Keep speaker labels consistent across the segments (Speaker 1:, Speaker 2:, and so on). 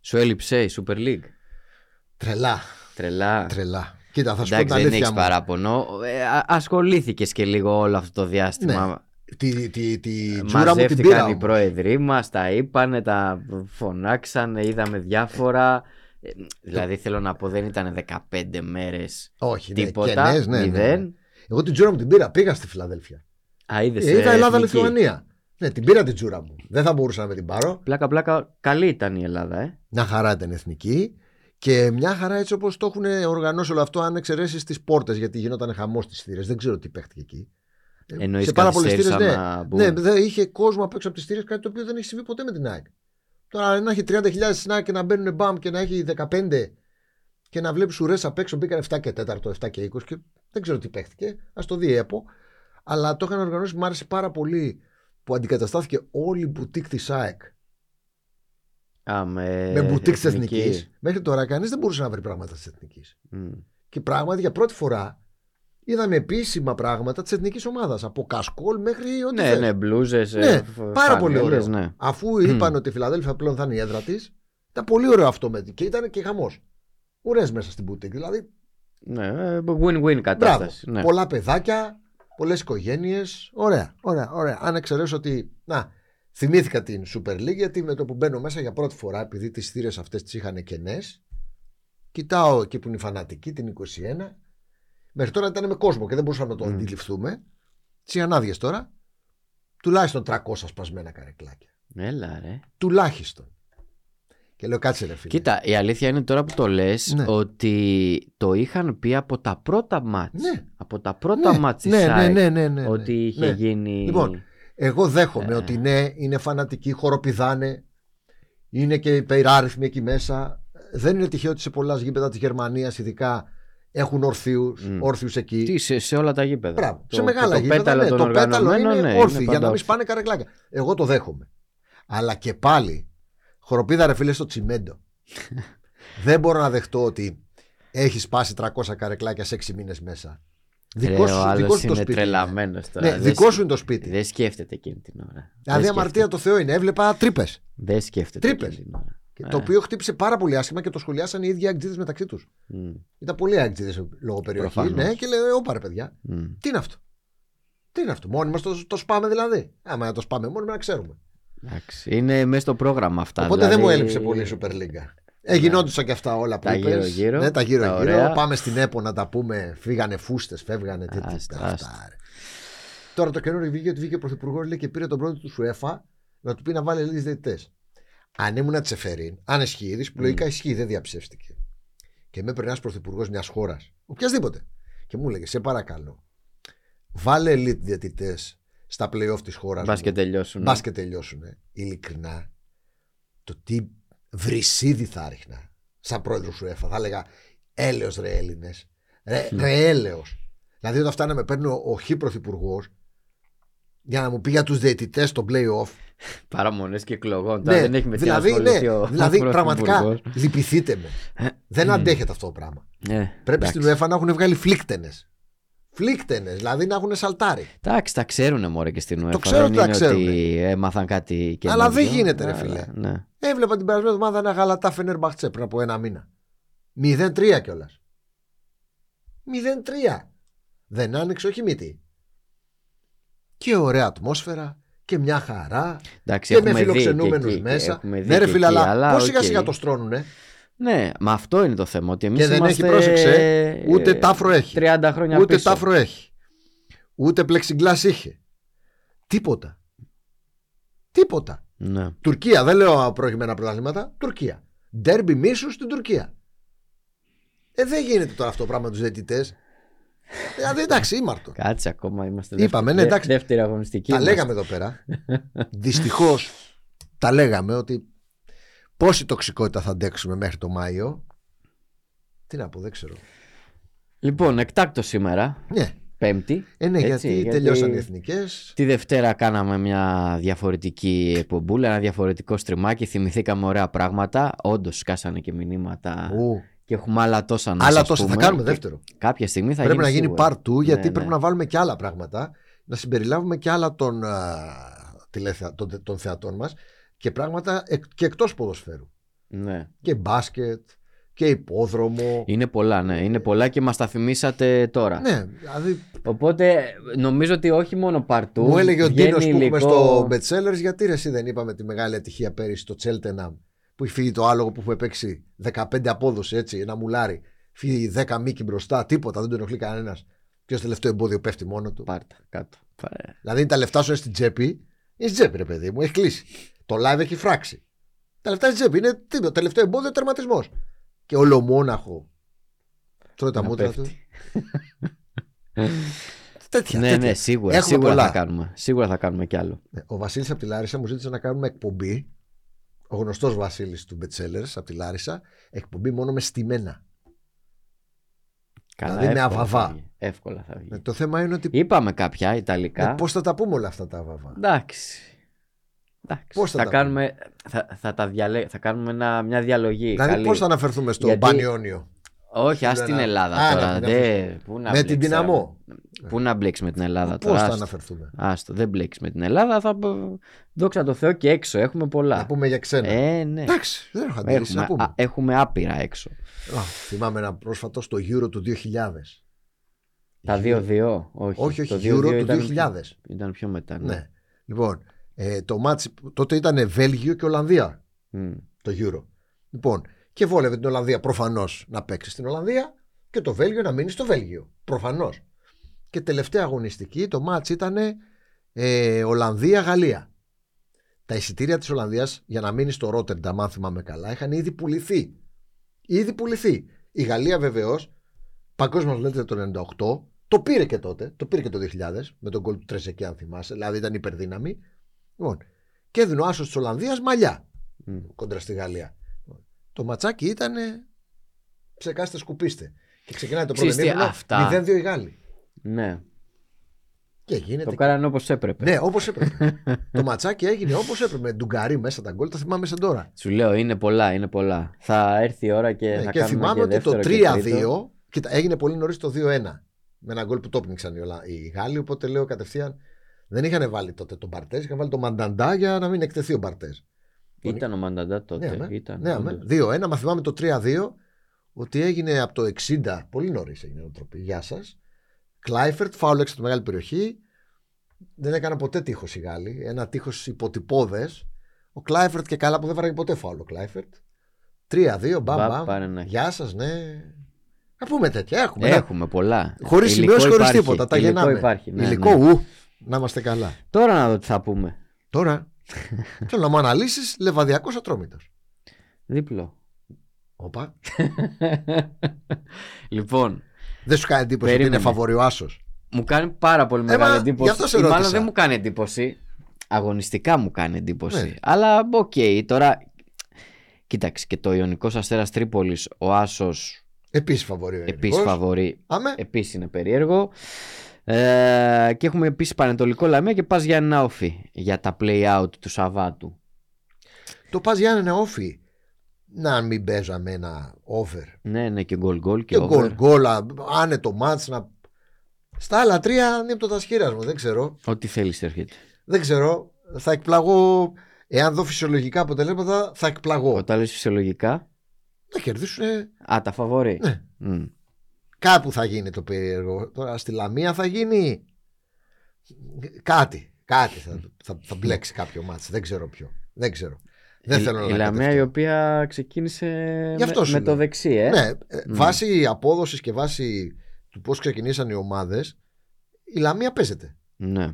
Speaker 1: Σου έλειψε η Super League.
Speaker 2: Τρελά.
Speaker 1: Τρελά.
Speaker 2: Τρελά. Κοίτα, θα σου πω την
Speaker 1: Εντάξει, δεν
Speaker 2: αλήθεια
Speaker 1: έχεις
Speaker 2: μου.
Speaker 1: παράπονο. Ασχολήθηκες και λίγο όλο αυτό το διάστημα.
Speaker 2: Ναι. Τη, τη, τη τσούρα μου την πήρα.
Speaker 1: Ε, Μαζεύτηκαν οι πρόεδροί μας, τα είπανε, τα φωνάξανε, είδαμε διάφορα. Ε, Δηλαδή θέλω να πω, δεν ήταν 15 μέρες
Speaker 2: Όχι, ναι,
Speaker 1: τίποτα.
Speaker 2: κενές, ναι, ναι,
Speaker 1: μηδέν.
Speaker 2: ναι. Εγώ την τζούρα μου την πήρα. Πήγα στη Φιλαδέλφια.
Speaker 1: Α, είδες.
Speaker 2: Ε, Είδα Ελλάδα-Λιθουανία. Ναι, την πήρα την τζούρα μου. Δεν θα μπορούσα να με την πάρω.
Speaker 1: Πλάκα-πλάκα, καλή ήταν η Ελλάδα, ε.
Speaker 2: Μια χαρά ήταν εθνική. Και μια χαρά έτσι όπως το έχουν οργανώσει όλο αυτό, αν εξαιρέσεις τις πόρτες, γιατί γινόταν χαμός στις θύρες. Δεν ξέρω τι παίχτηκε εκεί. Ε,
Speaker 1: Εννοείς
Speaker 2: πολλές
Speaker 1: καθυστέρησαν
Speaker 2: θύρες,
Speaker 1: να μπουν.
Speaker 2: ναι. ναι δεν είχε κόσμο απ' έξω από τις θύρες, κάτι το οποίο δεν έχει συμβεί ποτέ με την ΑΕΚ. Τώρα να έχει 30.000 στην ΑΕΚ και να μπαίνουν μπαμ και να έχει 15 και να βλέπεις ουρές απ' έξω. Μπήκαν 7 και 4, 7 και 20 και δεν ξέρω τι παίχτηκε. Ας το δει η ΕΠΟ. Αλλά το είχαν οργανώσει, μου άρεσε πάρα πολύ που αντικαταστάθηκε όλη η μπουτίκ της ΑΕΚ
Speaker 1: Α, με
Speaker 2: με μπουτίκ της
Speaker 1: Ε, εθνική.
Speaker 2: εθνικής. Μέχρι τώρα κανείς δεν μπορούσε να βρει πράγματα της εθνικής.
Speaker 1: Μμ.
Speaker 2: Και πράγματι για πρώτη φορά είδαμε επίσημα πράγματα της εθνικής ομάδας. Από κασκόλ μέχρι ό,τι.
Speaker 1: Ναι,
Speaker 2: θες.
Speaker 1: ναι, μπλούζες.
Speaker 2: Ναι, πάρα πολύ ωραίο.
Speaker 1: Ναι.
Speaker 2: Αφού
Speaker 1: Μμμ.
Speaker 2: είπαν ότι η Φιλαδέλφια πλέον θα είναι η έδρα της, ήταν πολύ ωραίο αυτό με και ήταν και χαμός. Ωραίε μέσα στην μπουτίκ. Δηλαδή,
Speaker 1: Ναι, ε, win-win
Speaker 2: μπράβο.
Speaker 1: κατάσταση. Ναι.
Speaker 2: Πολλά παιδάκια, πολλές οικογένειες. Ωραία, ωραία, ωραία. Αν εξαιρέσω ότι. Να, θυμήθηκα την Super League γιατί με το που μπαίνω μέσα για πρώτη φορά, επειδή τις θύρες αυτές τις είχαν κενές, κοιτάω εκεί που είναι η φανατική, την 21. Μέχρι τώρα ήταν με κόσμο και δεν μπορούσαμε να το
Speaker 1: Μμμ.
Speaker 2: αντιληφθούμε. Τις ανάδιε τώρα. Τουλάχιστον 300 σπασμένα καρεκλάκια.
Speaker 1: Έλα, ρε.
Speaker 2: Τουλάχιστον. Και λέω κάτσε ρε φίλε.
Speaker 1: Κοίτα, η αλήθεια είναι τώρα που το λες
Speaker 2: Ναι.
Speaker 1: ότι το είχαν πει από τα πρώτα μάτς
Speaker 2: Ναι.
Speaker 1: Από τα πρώτα
Speaker 2: ναι,
Speaker 1: μάτς της
Speaker 2: ναι, ναι,
Speaker 1: ΑΕΚ,
Speaker 2: ναι, ναι, ναι, ναι.
Speaker 1: Ότι είχε
Speaker 2: Ναι.
Speaker 1: γίνει.
Speaker 2: Λοιπόν, Εγώ δέχομαι
Speaker 1: Ε.
Speaker 2: ότι ναι, είναι φανατικοί, χοροπηδάνε, είναι και υπεράριθμοι εκεί μέσα. Δεν είναι τυχαίο ότι σε πολλά γήπεδα της Γερμανίας ειδικά έχουν ορθίους
Speaker 1: Μμ.
Speaker 2: όρθιους εκεί.
Speaker 1: Τι, σε, σε όλα τα γήπεδα.
Speaker 2: Μπράβο.
Speaker 1: Ε, Το-
Speaker 2: σε μεγάλα
Speaker 1: το,
Speaker 2: γήπεδα.
Speaker 1: πέταλο
Speaker 2: ναι,
Speaker 1: των
Speaker 2: το πέταλο είναι
Speaker 1: οργανωμένων, ναι,
Speaker 2: όρθιο για
Speaker 1: πάντα
Speaker 2: να μην
Speaker 1: όρθιο.
Speaker 2: σπάνε καρεκλάκια. Εγώ το δέχομαι. Αλλά και πάλι, χοροπίδα ρε φίλε στο τσιμέντο. Δεν μπορώ να δεχτώ ότι έχεις σπάσει 300 καρεκλάκια σε 6 μήνες μέσα.
Speaker 1: Ρε,
Speaker 2: Δικό
Speaker 1: ο
Speaker 2: σου,
Speaker 1: άλλος
Speaker 2: δικό σου το
Speaker 1: είναι
Speaker 2: σπίτι. είναι.
Speaker 1: τρελαμένος τώρα.
Speaker 2: Ναι,
Speaker 1: Δεν
Speaker 2: δικό
Speaker 1: σκ-
Speaker 2: σου είναι το σπίτι.
Speaker 1: Δεν σκέφτεται εκείνη την ώρα.
Speaker 2: Δηλαδή,
Speaker 1: Δεν
Speaker 2: αμαρτία το Θεό είναι. Έβλεπα τρύπες.
Speaker 1: σκέφτεται. Δεν σκέφτεται.
Speaker 2: Τρύπες.
Speaker 1: εκείνη την ώρα. Ε.
Speaker 2: Το οποίο χτύπησε πάρα πολύ άσχημα και το σχολιάσαν οι ίδιοι αγκτζίδε μεταξύ τους.
Speaker 1: Μμ,
Speaker 2: Ήταν πολλοί αγκτζίδε λόγω περιοχή.
Speaker 1: Προφανώς.
Speaker 2: Ναι, και λέω, όπαρε παιδιά,
Speaker 1: μμ.
Speaker 2: τι είναι αυτό. Τι είναι αυτό. Μόνοι μας το, το σπάμε δηλαδή. Άμα να το σπάμε μόνοι μας να ξέρουμε.
Speaker 1: Εντάξει, είναι μέσα στο πρόγραμμα αυτά.
Speaker 2: Οπότε
Speaker 1: δηλαδή- Ναι.
Speaker 2: δεν μου έλειψε πολύ η Super League. Ε, γινόντουσαν και αυτά όλα που
Speaker 1: Τα
Speaker 2: είπες.
Speaker 1: γύρω-γύρω,
Speaker 2: Ναι, τα γύρω
Speaker 1: τα
Speaker 2: γύρω.
Speaker 1: ωραία.
Speaker 2: Πάμε στην ΕΠΟ να τα πούμε. Φύγανε φούστες, φεύγανε. Τι, τι,
Speaker 1: Άστα,
Speaker 2: τα- αυτά,
Speaker 1: άστα.
Speaker 2: ρε. Τώρα το καινούριο βγήκε ότι βγήκε ο Πρωθυπουργός και πήρε τον πρώτο του Σουέφα να του πει να βάλει λίγε διαιτητές. Αν ήμουν Τσεφερίν, αν ισχύει,
Speaker 1: Mm.
Speaker 2: που λογικά ισχύει, δεν διαψεύστηκε. Και με έπαιρνε ένα πρωθυπουργός μιας χώρας, οποιασδήποτε, και μου έλεγε: Σε παρακαλώ, βάλε elite διαιτητές στα playoff της χώρας.
Speaker 1: Μπας και τελειώσουν.
Speaker 2: Μπας και τελειώσουν. Ειλικρινά, το τι βρυσίδι θα ρίχνα σαν πρόεδρος σου έφα. Θα έλεγα έλεος ρε Έλληνες. Ρε,
Speaker 1: Ναι.
Speaker 2: ρε έλεος. Δηλαδή όταν φτάναμε παίρνει ο, ο χι πρωθυπουργός για να μου πει για τους διαιτητές στο playoff.
Speaker 1: Παραμονές και εκλογών. Τώρα δεν έχει με τι να
Speaker 2: δηλαδή,
Speaker 1: ασχοληθεί
Speaker 2: ναι,
Speaker 1: ο
Speaker 2: δηλαδή πραγματικά
Speaker 1: πρωθυπουργός.
Speaker 2: λυπηθείτε με. δεν αντέχετε αυτό το πράγμα.
Speaker 1: Ναι,
Speaker 2: Πρέπει
Speaker 1: εντάξει.
Speaker 2: στην UEFA να έχουν βγάλει φλίκτενες. Φλίκτενες, δηλαδή να έχουν σαλτάρει.
Speaker 1: Εντάξει, τα ξέρουν μωρέ και στην UEFA.
Speaker 2: ξέρω
Speaker 1: δεν
Speaker 2: ότι τα
Speaker 1: είναι
Speaker 2: ξέρουνε.
Speaker 1: Ότι έμαθαν κάτι και
Speaker 2: Αλλά δεν γίνεται, ρε φίλε.
Speaker 1: Ναι.
Speaker 2: Έβλεπα την περασμένη εβδομάδα ένα γαλατά Φενέρ Μπαχτσέ πριν από ένα μήνα. 0-3 κιόλα. 0-3. Δεν άνοιξε, όχι μύτη. Και ωραία ατμόσφαιρα και μια χαρά.
Speaker 1: Εντάξει,
Speaker 2: Και με
Speaker 1: έχουμε δει και
Speaker 2: φιλοξενούμενους
Speaker 1: εκεί,
Speaker 2: μέσα.
Speaker 1: έχουμε δει
Speaker 2: Ναι, ρε
Speaker 1: και
Speaker 2: φίλε,
Speaker 1: εκεί,
Speaker 2: αλλά πώ σιγά
Speaker 1: οκ.
Speaker 2: σιγά το στρώνουνε.
Speaker 1: Ναι, μα αυτό είναι το θέμα. Ότι εμείς
Speaker 2: Και δεν έχει,
Speaker 1: είμαστε...
Speaker 2: πρόσεξε, ούτε τάφρο έχει.
Speaker 1: 30 χρόνια
Speaker 2: Ούτε
Speaker 1: πίσω.
Speaker 2: τάφρο έχει. Ούτε πλεξιγκλάς είχε. Τίποτα. Τίποτα.
Speaker 1: Ναι.
Speaker 2: Τουρκία, δεν λέω προηγμένα πρωταθλήματα. Τουρκία. Ντέρμπι μίσου στην Τουρκία. Ε, δεν γίνεται τώρα αυτό το πράγμα τους διαιτητές. Δηλαδή εντάξει, ήμαρτο.
Speaker 1: Κάτσε ακόμα, είμαστε
Speaker 2: Είπαμε, ναι,
Speaker 1: δεύτερη-
Speaker 2: εντάξει.
Speaker 1: δεύτερη αγωνιστική.
Speaker 2: τα
Speaker 1: είμαστε.
Speaker 2: λέγαμε εδώ πέρα. Δυστυχώς τα λέγαμε ότι πόση τοξικότητα θα αντέξουμε μέχρι το Μάιο. Τι να πω, δεν ξέρω.
Speaker 1: Λοιπόν, εκτάκτος σήμερα,
Speaker 2: Ναι,
Speaker 1: Πέμπτη.
Speaker 2: ε, ναι
Speaker 1: Έτσι,
Speaker 2: γιατί,
Speaker 1: γιατί-
Speaker 2: τελειώσαν οι εθνικές.
Speaker 1: Τη Δευτέρα κάναμε μια διαφορετική εκπομπούλα, ένα διαφορετικό στριμάκι. Θυμηθήκαμε ωραία πράγματα. Όντως, σκάσανε και μηνύματα. Και έχουμε άλλα τόσα να
Speaker 2: Αλλά
Speaker 1: σας
Speaker 2: τόσα θα
Speaker 1: πούμε.
Speaker 2: κάνουμε
Speaker 1: Και
Speaker 2: δεύτερο.
Speaker 1: Κάποια στιγμή θα
Speaker 2: πρέπει να γίνει
Speaker 1: σίγουρα.
Speaker 2: part 2 γιατί
Speaker 1: ναι.
Speaker 2: πρέπει να βάλουμε και άλλα πράγματα να συμπεριλάβουμε και άλλα των, α, τηλεθεα- των, των θεατών μας και πράγματα εκ- και εκτός ποδοσφαίρου
Speaker 1: Ναι.
Speaker 2: Και μπάσκετ και υπόδρομο.
Speaker 1: Είναι πολλά, ναι. Είναι πολλά και μας τα θυμήσατε τώρα.
Speaker 2: Ναι, δηλαδή
Speaker 1: Οπότε νομίζω ότι όχι μόνο παρτού.
Speaker 2: μου έλεγε ο
Speaker 1: βγαίνει
Speaker 2: Ντίνος που
Speaker 1: υλικό-
Speaker 2: έχουμε στο Betsellers γιατί ρε, εσύ δεν είπαμε τη μεγάλη ατυχία πέρυσι στο Τσέλτεναμ που έχει φύγει το άλογο που έχουμε παίξει 15 απόδοση έτσι, ένα μουλάρι. Φύγει 10 μήκη μπροστά, τίποτα, δεν τον ενοχλεί κανένας. Και ως τελευταίο εμπόδιο πέφτει μόνο του.
Speaker 1: Πάρτα κάτω. Πάρε.
Speaker 2: Δηλαδή τα λεφτά σου είναι στην τσέπη, είναι στην τσέπη ρε παιδί μου, έχεις κλείσει. Το live έχει φράξει. Τα λεφτά στην τσέπη είναι τίποτα, τελευταίο εμπόδιο τερματισμός. Και ολομόναχο. Τρώει τα
Speaker 1: Να
Speaker 2: μούτρα του.
Speaker 1: πέφτει.
Speaker 2: Τέτοια,
Speaker 1: Ναι,
Speaker 2: τέτοια.
Speaker 1: ναι, σίγουρα.
Speaker 2: Έχουμε
Speaker 1: σίγουρα
Speaker 2: πολλά.
Speaker 1: θα κάνουμε. Σίγουρα θα κάνουμε κι άλλο.
Speaker 2: Ναι, Ο Βασίλης από τη Λάρισα μου ζήτησε να κάνουμε εκπομπή. Ο γνωστός Βασίλης του Μπετσέλερ από τη Λάρισα. Εκπομπή μόνο με στημένα.
Speaker 1: Καλά,
Speaker 2: Δηλαδή με
Speaker 1: εύκολα
Speaker 2: αβαβά.
Speaker 1: θα βγει. Εύκολα θα βγει.
Speaker 2: Ε, το θέμα είναι ότι.
Speaker 1: Είπαμε κάποια ιταλικά.
Speaker 2: Πώς θα τα πούμε όλα αυτά τα αβαβά.
Speaker 1: Εντάξει. Εντάξει.
Speaker 2: Πώς θα τα
Speaker 1: κάνουμε, θα, θα, τα διαλέ... θα κάνουμε ένα, μια διαλογή.
Speaker 2: δηλαδή,
Speaker 1: καλή.
Speaker 2: πώς θα αναφερθούμε στο
Speaker 1: Γιατί-
Speaker 2: Μπανιόνιο.
Speaker 1: Όχι, ας
Speaker 2: Λέω
Speaker 1: την
Speaker 2: να-
Speaker 1: Ελλάδα
Speaker 2: Α,
Speaker 1: τώρα.
Speaker 2: να την
Speaker 1: Δε, πού να
Speaker 2: Με
Speaker 1: μπλέξεις
Speaker 2: την
Speaker 1: τώρα.
Speaker 2: δυναμό.
Speaker 1: Πού να μπλέξει με την Ελλάδα
Speaker 2: Πώς
Speaker 1: τώρα.
Speaker 2: θα
Speaker 1: άστο.
Speaker 2: αναφερθούμε.
Speaker 1: Άστο, δεν μπλέξεις με την Ελλάδα. Θα... π- Δόξα τω Θεώ και έξω. Έχουμε πολλά.
Speaker 2: Να πούμε για ξένα.
Speaker 1: Ε, ναι.
Speaker 2: Εντάξει, δεν έχω αντίρρηση
Speaker 1: Έχουμε,
Speaker 2: να πούμε.
Speaker 1: α, έχουμε άπειρα έξω.
Speaker 2: Α, θυμάμαι ένα πρόσφατο στο Euro του 2000.
Speaker 1: Τα 2-2. Όχι,
Speaker 2: Όχι, όχι,
Speaker 1: Το 2-2
Speaker 2: Euro του
Speaker 1: ήταν πιο-
Speaker 2: 2000.
Speaker 1: Ήταν πιο μετά. Ναι.
Speaker 2: Ναι. Λοιπόν, ε, το μάτσι τότε ήταν Βέλγιο και Ολλανδία.
Speaker 1: Μμ.
Speaker 2: το Euro. Λοιπόν, και βόλευε την Ολλανδία προφανώς να παίξει στην Ολλανδία και το Βέλγιο να μείνει στο Βέλγιο. Προφανώς. Και τελευταία αγωνιστική το μάτς ήταν ε, Ολλανδία-Γαλλία. Τα εισιτήρια της Ολλανδίας για να μείνει στο Ρότερνταμ, αν θυμάμαι καλά, είχαν ήδη πουληθεί. Ήδη πουληθεί. Η Γαλλία βεβαίως, παγκόσμιος λέτε το 98, το πήρε και τότε, το πήρε και το 2000, με τον κόλ του Τρεσεκέ, αν θυμάσαι, δηλαδή ήταν υπερδύναμη. Λοιπόν, και έδινε ο άσος της Ολλανδίας μαλλιά
Speaker 1: Μμ.
Speaker 2: κοντρα στη Γαλλία. Το ματσάκι ήταν ψεκάστε, σκουπίστε. Και ξεκινάει το πρώτο
Speaker 1: Ξέρεις τι,
Speaker 2: ημίχρονο
Speaker 1: αυτά.
Speaker 2: 0-2 οι Γάλλοι.
Speaker 1: ναι.
Speaker 2: Και
Speaker 1: Το
Speaker 2: γίνεται.
Speaker 1: κάνανε όπως έπρεπε.
Speaker 2: Ναι, όπως έπρεπε. το ματσάκι έγινε όπως έπρεπε. Με ντουγκαρί μέσα τα γκολ, τα θυμάμαι σαν τώρα.
Speaker 1: Σου λέω είναι πολλά, είναι πολλά. Θα έρθει η ώρα και
Speaker 2: Ναι,
Speaker 1: θα
Speaker 2: και
Speaker 1: κάνουμε
Speaker 2: θυμάμαι
Speaker 1: και
Speaker 2: ότι το
Speaker 1: δεύτερο και
Speaker 2: 3-2. Κοίτα, έγινε πολύ νωρίς το 2-1. Με ένα γκολ που το πνίξαν οι, Ολλα- οι Γάλλοι. Οπότε λέω κατευθείαν. Δεν είχαν βάλει τότε τον Μπαρτές, είχαν βάλει τον Μανταντά για να μην εκτεθεί ο Μπαρτές.
Speaker 1: τρίτο. Ήταν ο Μανταντά τότε.
Speaker 2: Ναι, αμέ.
Speaker 1: ήταν,
Speaker 2: Ναι, αμέ.
Speaker 1: όντως.
Speaker 2: 2-1, μα θυμάμαι το 3-2 ότι έγινε από το 60, πολύ νωρίς έγινε η τροπή. Γεια σας. Κλάιφερτ, φάουλ έξω από τη μεγάλη περιοχή. Δεν έκανα ποτέ τείχος οι Γάλλοι. Ένα τείχος υποτυπώδε. Ο Κλάιφερτ και καλά που δεν βάραγε ποτέ φάουλ ο Κλάιφερτ. 3-2,
Speaker 1: Μπαμ,
Speaker 2: μπαμ,
Speaker 1: πάρε
Speaker 2: μπαμ.
Speaker 1: να-
Speaker 2: Γεια σας, ναι. Να πούμε τέτοια. Έχουμε. ναι.
Speaker 1: Έχουμε πολλά.
Speaker 2: Χωρίς
Speaker 1: Υλικό
Speaker 2: σημειώσει, χωρίς
Speaker 1: υπάρχει.
Speaker 2: τίποτα. Τα
Speaker 1: Υλικό
Speaker 2: γεννάμε.
Speaker 1: υπάρχει. Ναι,
Speaker 2: Υλικό,
Speaker 1: ναι.
Speaker 2: ου. Να είμαστε καλά.
Speaker 1: Τώρα να δω τι θα πούμε.
Speaker 2: Τώρα θέλω να μου αναλύσει λεβαδιακός ατρόμητος.
Speaker 1: Δίπλο.
Speaker 2: Οπα.
Speaker 1: λοιπόν,
Speaker 2: Δεν σου κάνει εντύπωση
Speaker 1: Περίμενε.
Speaker 2: ότι είναι φαβορή ο Άσος.
Speaker 1: μου κάνει πάρα πολύ μεγάλη
Speaker 2: Ε, μα,
Speaker 1: εντύπωση.
Speaker 2: γι' αυτό σε
Speaker 1: Ή μάλλον
Speaker 2: ρώτησα.
Speaker 1: δεν μου κάνει εντύπωση. Αγωνιστικά μου κάνει εντύπωση.
Speaker 2: Ναι.
Speaker 1: Αλλά οκ, τώρα. Κοίταξε και το Ιωνικός Αστέρας Τρίπολης, ο Άσος
Speaker 2: Επίσης φαβορή. ο
Speaker 1: επίση
Speaker 2: Ιωνικός.
Speaker 1: φαβορεί.
Speaker 2: Αμέ.
Speaker 1: Επίσης είναι περίεργο. Ε, και έχουμε επίσης Πανετολικό Λαμία και πας για ένα όφι για τα play out του Σαββάτου.
Speaker 2: Το πας για ένα όφι. Να μην παίζαμε ένα over.
Speaker 1: Ναι, ναι, και γκολ γκολ και
Speaker 2: Και γκολ
Speaker 1: over.
Speaker 2: γκολ. α- άνετο μάτς να. Στα άλλα τρία είναι από το τασχήρα μου. Δεν ξέρω.
Speaker 1: Ό,τι θέλεις έρχεται.
Speaker 2: Δεν ξέρω. Θα εκπλαγώ. Εάν δω φυσιολογικά αποτελέσματα, θα εκπλαγώ.
Speaker 1: Όταν λες φυσιολογικά.
Speaker 2: Να κερδίσουν. ε,
Speaker 1: Α, τα φαβορεί.
Speaker 2: Ναι.
Speaker 1: Μμ.
Speaker 2: Κάπου θα γίνει το περίεργο. Τώρα στη Λαμία θα γίνει. Κάτι. Κάτι θα, θα, θα μπλέξει κάποιο μάτς. Δεν ξέρω ποιο. Δεν ξέρω. Δεν
Speaker 1: η,
Speaker 2: θέλω να
Speaker 1: η Λαμία η
Speaker 2: κατευθύνω.
Speaker 1: οποία ξεκίνησε
Speaker 2: Γι'
Speaker 1: με,
Speaker 2: αυτό σου
Speaker 1: με
Speaker 2: λέω.
Speaker 1: το δεξί, ε.
Speaker 2: Ναι, ε, βάσει απόδοσης και βάσει του πώς ξεκινήσαν οι ομάδες, η Λαμία παίζεται.
Speaker 1: Ναι.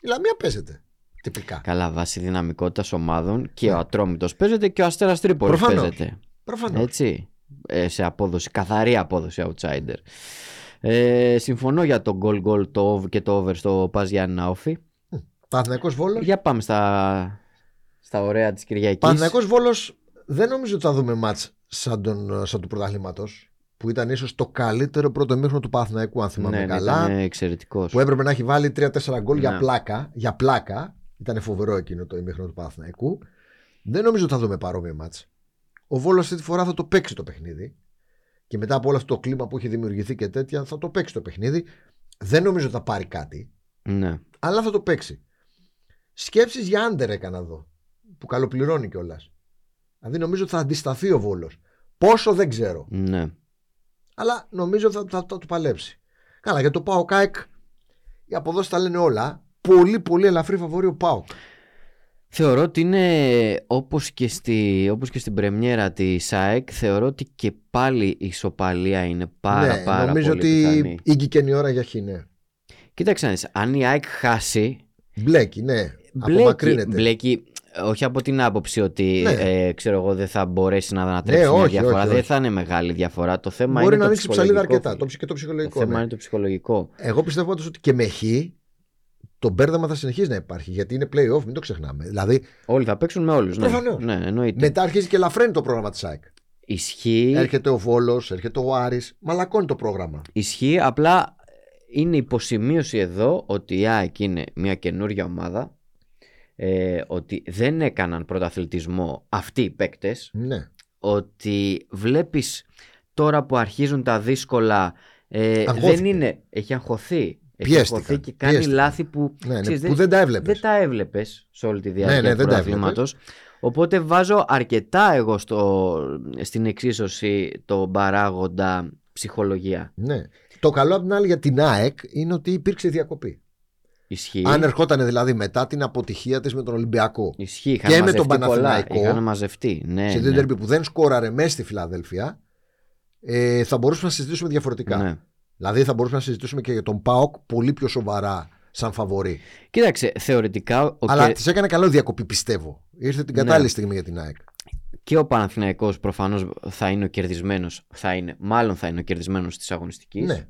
Speaker 2: Η Λαμία παίζεται. Τυπικά.
Speaker 1: Καλά, βάσει δυναμικότητας ομάδων και ο Ατρόμητος παίζεται και ο Αστέρας Τρίπολης
Speaker 2: Ναι. Προφανώς.
Speaker 1: παίζεται.
Speaker 2: Προφανώς.
Speaker 1: Έτσι. Ε, σε απόδοση, καθαρή απόδοση outsider. Ε, συμφωνώ για το goal goal το ov- και το over στο Πας Γιάννη Όφη.
Speaker 2: Παναθυνακό Βόλος.
Speaker 1: Για πάμε στα, στα ωραία της Κυριακής.
Speaker 2: Παναθυνακό Βόλος δεν νομίζω ότι θα δούμε μάτ σαν, τον- σαν του πρωταθλήματος. Που ήταν ίσως το καλύτερο πρώτο μήχρονο του Παναθηναϊκού, αν θυμάμαι
Speaker 1: ναι, ναι,
Speaker 2: καλά.
Speaker 1: ήταν εξαιρετικός.
Speaker 2: Που έπρεπε να έχει βάλει 3-4 γκολ για
Speaker 1: Ναι.
Speaker 2: πλάκα. Για πλάκα. Ήταν φοβερό εκείνο το ημίχρονο του Παναθηναϊκού. Δεν νομίζω ότι θα δούμε παρόμοιο μάτς. Ο Βόλος αυτή τη φορά θα το παίξει το παιχνίδι. Και μετά από όλο αυτό το κλίμα που έχει δημιουργηθεί και τέτοια, θα το παίξει το παιχνίδι. Δεν νομίζω ότι θα πάρει κάτι,
Speaker 1: Ναι.
Speaker 2: αλλά θα το παίξει. Σκέψεις για άντερ έκανα εδώ. Που καλοπληρώνει κιόλας. Δηλαδή νομίζω ότι θα αντισταθεί ο Βόλος. Πόσο δεν ξέρω.
Speaker 1: Ναι.
Speaker 2: Αλλά νομίζω θα, θα, θα του παλέψει. Καλά, για το Πάο Κάικ, οι αποδόσεις τα λένε όλα. Πολύ, πολύ ελαφρύ φαβόρη ο Πάο.
Speaker 1: Θεωρώ ότι είναι όπως και, στη, όπως και στην πρεμιέρα της ΣΑΕΚ Θεωρώ ότι και πάλι η ισοπαλία είναι πάρα
Speaker 2: ναι,
Speaker 1: πάρα
Speaker 2: νομίζω
Speaker 1: πολύ
Speaker 2: ότι
Speaker 1: πιθανή
Speaker 2: ήγηκε η ώρα για χι, ναι.
Speaker 1: Κοίταξε να δεις, αν η ΑΕΚ χάσει
Speaker 2: Μπλέκει, ναι.
Speaker 1: Μπλέκει,
Speaker 2: Απομακρύνεται.
Speaker 1: μπλέκει, όχι από την άποψη ότι
Speaker 2: Ναι.
Speaker 1: ε, ξέρω εγώ δεν θα μπορέσει να ανατρέψει
Speaker 2: Ναι,
Speaker 1: μια
Speaker 2: όχι,
Speaker 1: διαφορά.
Speaker 2: όχι,
Speaker 1: Δεν
Speaker 2: όχι.
Speaker 1: θα είναι μεγάλη διαφορά. Το θέμα
Speaker 2: Μπορεί
Speaker 1: είναι
Speaker 2: να
Speaker 1: το
Speaker 2: ανοίξει ψαλίδα
Speaker 1: ψυχολογικό,
Speaker 2: αρκετά.
Speaker 1: φίλε.
Speaker 2: Το ψυχ- και το
Speaker 1: Το
Speaker 2: ψυχολογικό.
Speaker 1: θέμα
Speaker 2: ναι.
Speaker 1: είναι το ψυχολογικό.
Speaker 2: Εγώ πιστεύω πάντως ότι και με χ το μπέρδεμα θα συνεχίζει να υπάρχει γιατί είναι playoff, μην το ξεχνάμε. Δηλαδή
Speaker 1: Όλοι θα παίξουν με όλους. Ναι.
Speaker 2: Προφανώς.
Speaker 1: ναι, εννοείται.
Speaker 2: μετά αρχίζει και ελαφραίνει το πρόγραμμα της ΑΕΚ.
Speaker 1: Ισχύει,
Speaker 2: Έρχεται ο Βόλος, έρχεται ο Άρης μαλακώνει το πρόγραμμα.
Speaker 1: ισχύει, απλά είναι υποσημείωση εδώ ότι η ΑΕΚ είναι μια καινούργια ομάδα. Ε, ότι δεν έκαναν πρωταθλητισμό αυτοί οι παίκτες
Speaker 2: Ναι.
Speaker 1: ότι βλέπεις τώρα που αρχίζουν τα δύσκολα ε,
Speaker 2: Αγχώθηκε.
Speaker 1: δεν είναι, έχει αγχωθεί. Έχει
Speaker 2: Πιέστηκαν,
Speaker 1: αγχωθεί και κάνει
Speaker 2: πιέστηκαν.
Speaker 1: λάθη που,
Speaker 2: ναι, ναι,
Speaker 1: ξέρεις,
Speaker 2: που δεν τα έβλεπες.
Speaker 1: δεν τα έβλεπες σε όλη τη διάρκεια
Speaker 2: Ναι, ναι,
Speaker 1: του
Speaker 2: δεν τα
Speaker 1: πρωταθλήματος. Οπότε βάζω αρκετά εγώ στο, στην εξίσωση τον παράγοντα ψυχολογία.
Speaker 2: Ναι. Το καλό απ' την άλλη για την ΑΕΚ είναι ότι υπήρξε διακοπή.
Speaker 1: Ισχύει.
Speaker 2: Αν ερχόταν δηλαδή μετά την αποτυχία της με τον Ολυμπιακό.
Speaker 1: Ισχύει. Είχαν
Speaker 2: με
Speaker 1: μαζευτεί
Speaker 2: τον
Speaker 1: πολλά.
Speaker 2: Παναθηναϊκό,
Speaker 1: Είχαν μαζευτεί. Ναι,
Speaker 2: σε
Speaker 1: Ε, ναι.
Speaker 2: δύο τέρμπι που δεν σκόραρε μέσα στη Φιλαδέλφια, ε, θα μπορούσαμε να συζητήσουμε διαφορετικά.
Speaker 1: Ναι.
Speaker 2: Δηλαδή θα μπορούσαμε να συζητήσουμε και για τον Πάοκ πολύ πιο σοβαρά σαν φαβορή.
Speaker 1: Κοίταξε, θεωρητικά ο
Speaker 2: Αλλά
Speaker 1: Κε-
Speaker 2: της έκανε καλό η διακοπή, πιστεύω. Ήρθε την
Speaker 1: Ναι.
Speaker 2: κατάλληλη στιγμή για την ΑΕΚ.
Speaker 1: και ο Παναθηναϊκός προφανώς θα είναι ο κερδισμένος, θα είναι, μάλλον θα είναι ο κερδισμένος της αγωνιστικής.
Speaker 2: Ναι.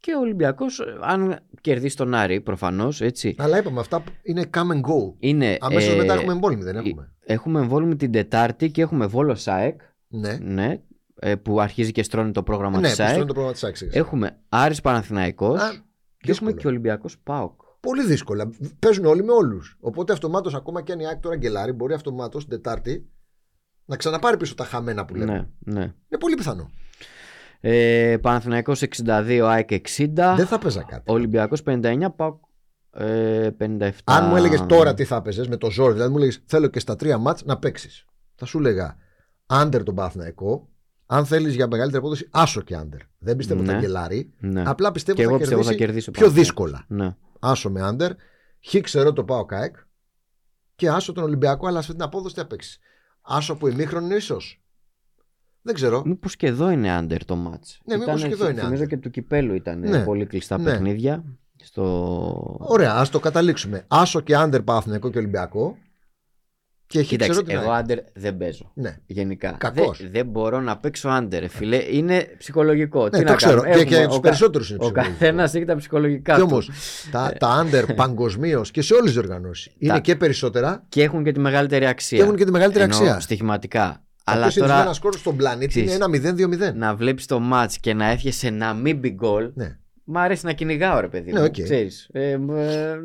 Speaker 1: Και ο Ολυμπιακός, ε, αν κερδίσει τον Άρη προφανώς, έτσι.
Speaker 2: Αλλά είπαμε, αυτά που είναι come and go.
Speaker 1: Είναι,
Speaker 2: Αμέσως
Speaker 1: ε,
Speaker 2: μετά έχουμε εμπόλεμη, δεν έχουμε.
Speaker 1: έχουμε εμβόλυμη την Τετάρτη και έχουμε Βόλο ΣΑΕΚ,
Speaker 2: Ναι.
Speaker 1: ναι, ε, που αρχίζει και στρώνει το πρόγραμμα
Speaker 2: Ναι,
Speaker 1: της
Speaker 2: που στρώνει
Speaker 1: ΣΑΕΚ.
Speaker 2: το πρόγραμμα της ΑΕΚ. σιγά-σιγά.
Speaker 1: Έχουμε Άρης Παναθηναϊκός
Speaker 2: Α,
Speaker 1: και
Speaker 2: δύσκολο.
Speaker 1: έχουμε και Ολυμπιακός ΠΑΟΚ.
Speaker 2: Πολύ δύσκολα. Παίζουν όλοι με όλους. Οπότε αυτομάτως, ακόμα και αν η ΑΕΚ τώρα γκελάρει, μπορεί αυτομάτως την Τετάρτη να ξαναπάρει πίσω τα χαμένα που λέμε.
Speaker 1: Ναι, ναι.
Speaker 2: Είναι πολύ πιθανό.
Speaker 1: Ε, Παναθηναϊκός 62, ΑΕΚ 60,
Speaker 2: Δεν θα παίζα κάτι.
Speaker 1: Ολυμπιακός 59, ΠΑΟΚ ε, 57.
Speaker 2: Αν μου έλεγες τώρα τι θα παίζε με το ζόρι, δηλαδή μου έλεγες Θέλω και στα τρία μάτ να παίξεις. Θα σου έλεγα under τον Παθναϊκό. Αν θέλεις για μεγαλύτερη απόδοση, άσο και under. Δεν πιστεύω ότι
Speaker 1: Ναι.
Speaker 2: θα γκελάρει.
Speaker 1: Ναι.
Speaker 2: Απλά πιστεύω
Speaker 1: Και
Speaker 2: ότι
Speaker 1: εγώ
Speaker 2: θα,
Speaker 1: πιστεύω θα
Speaker 2: κερδίσει
Speaker 1: κερδίσει ο
Speaker 2: πιο
Speaker 1: Παναθηναϊκός.
Speaker 2: δύσκολα.
Speaker 1: Ναι.
Speaker 2: Άσο με under. Χι ξέρω το πάω κάεκ. Και άσο τον Ολυμπιακό, αλλά σε αυτή την απόδοση τι θα παίξεις. Άσο που ημίχρονο ίσως. Δεν ξέρω.
Speaker 1: Μήπως και εδώ είναι under το match.
Speaker 2: Ναι, μήπως και εδώ είναι
Speaker 1: Νομίζω
Speaker 2: under.
Speaker 1: και του κυπέλου ήταν
Speaker 2: Ναι.
Speaker 1: πολύ κλειστά
Speaker 2: Ναι.
Speaker 1: παιχνίδια. Στο...
Speaker 2: Ωραία, ας το καταλήξουμε. Άσο και under Παθναϊκό και Ολυμπιακό. Και χι
Speaker 1: Κοίταξε,
Speaker 2: ξέρω την
Speaker 1: εγώ
Speaker 2: ΑΕΚ.
Speaker 1: under δεν παίζω.
Speaker 2: Ναι.
Speaker 1: Γενικά.
Speaker 2: Κακός.
Speaker 1: Δεν, δεν μπορώ να παίξω under, ρε φίλε. Είναι ψυχολογικό.
Speaker 2: Ναι,
Speaker 1: Τι
Speaker 2: το
Speaker 1: να
Speaker 2: ξέρω.
Speaker 1: κάνουμε.
Speaker 2: Και, και
Speaker 1: Έχουμε-
Speaker 2: τους
Speaker 1: ο, κα...
Speaker 2: περισσότερους είναι
Speaker 1: ο
Speaker 2: ψυχολόγοι.
Speaker 1: καθένας έχει τα ψυχολογικά
Speaker 2: Κι
Speaker 1: του.
Speaker 2: όμως τα, τα under παγκοσμίως και σε όλες τις οργανώσεις είναι
Speaker 1: Τα-
Speaker 2: και περισσότερα
Speaker 1: Και έχουν και τη μεγαλύτερη αξία.
Speaker 2: και έχουν και τη μεγαλύτερη
Speaker 1: Εννοώ
Speaker 2: αξία.
Speaker 1: Στοιχηματικά.
Speaker 2: Αλλά
Speaker 1: Αλλά τώρα
Speaker 2: ένα σκόρ στον πλανήτη
Speaker 1: Ξέρεις.
Speaker 2: είναι ένα 0-2-0.
Speaker 1: να βλέπεις το match και να εύχεσαι να μην μπει γκολ.
Speaker 2: Ναι.
Speaker 1: Μ' αρέσει να κυνηγάω, ρε παιδί
Speaker 2: Ναι,
Speaker 1: μου.
Speaker 2: οκ.
Speaker 1: Ξέρεις, ε, μ, ε,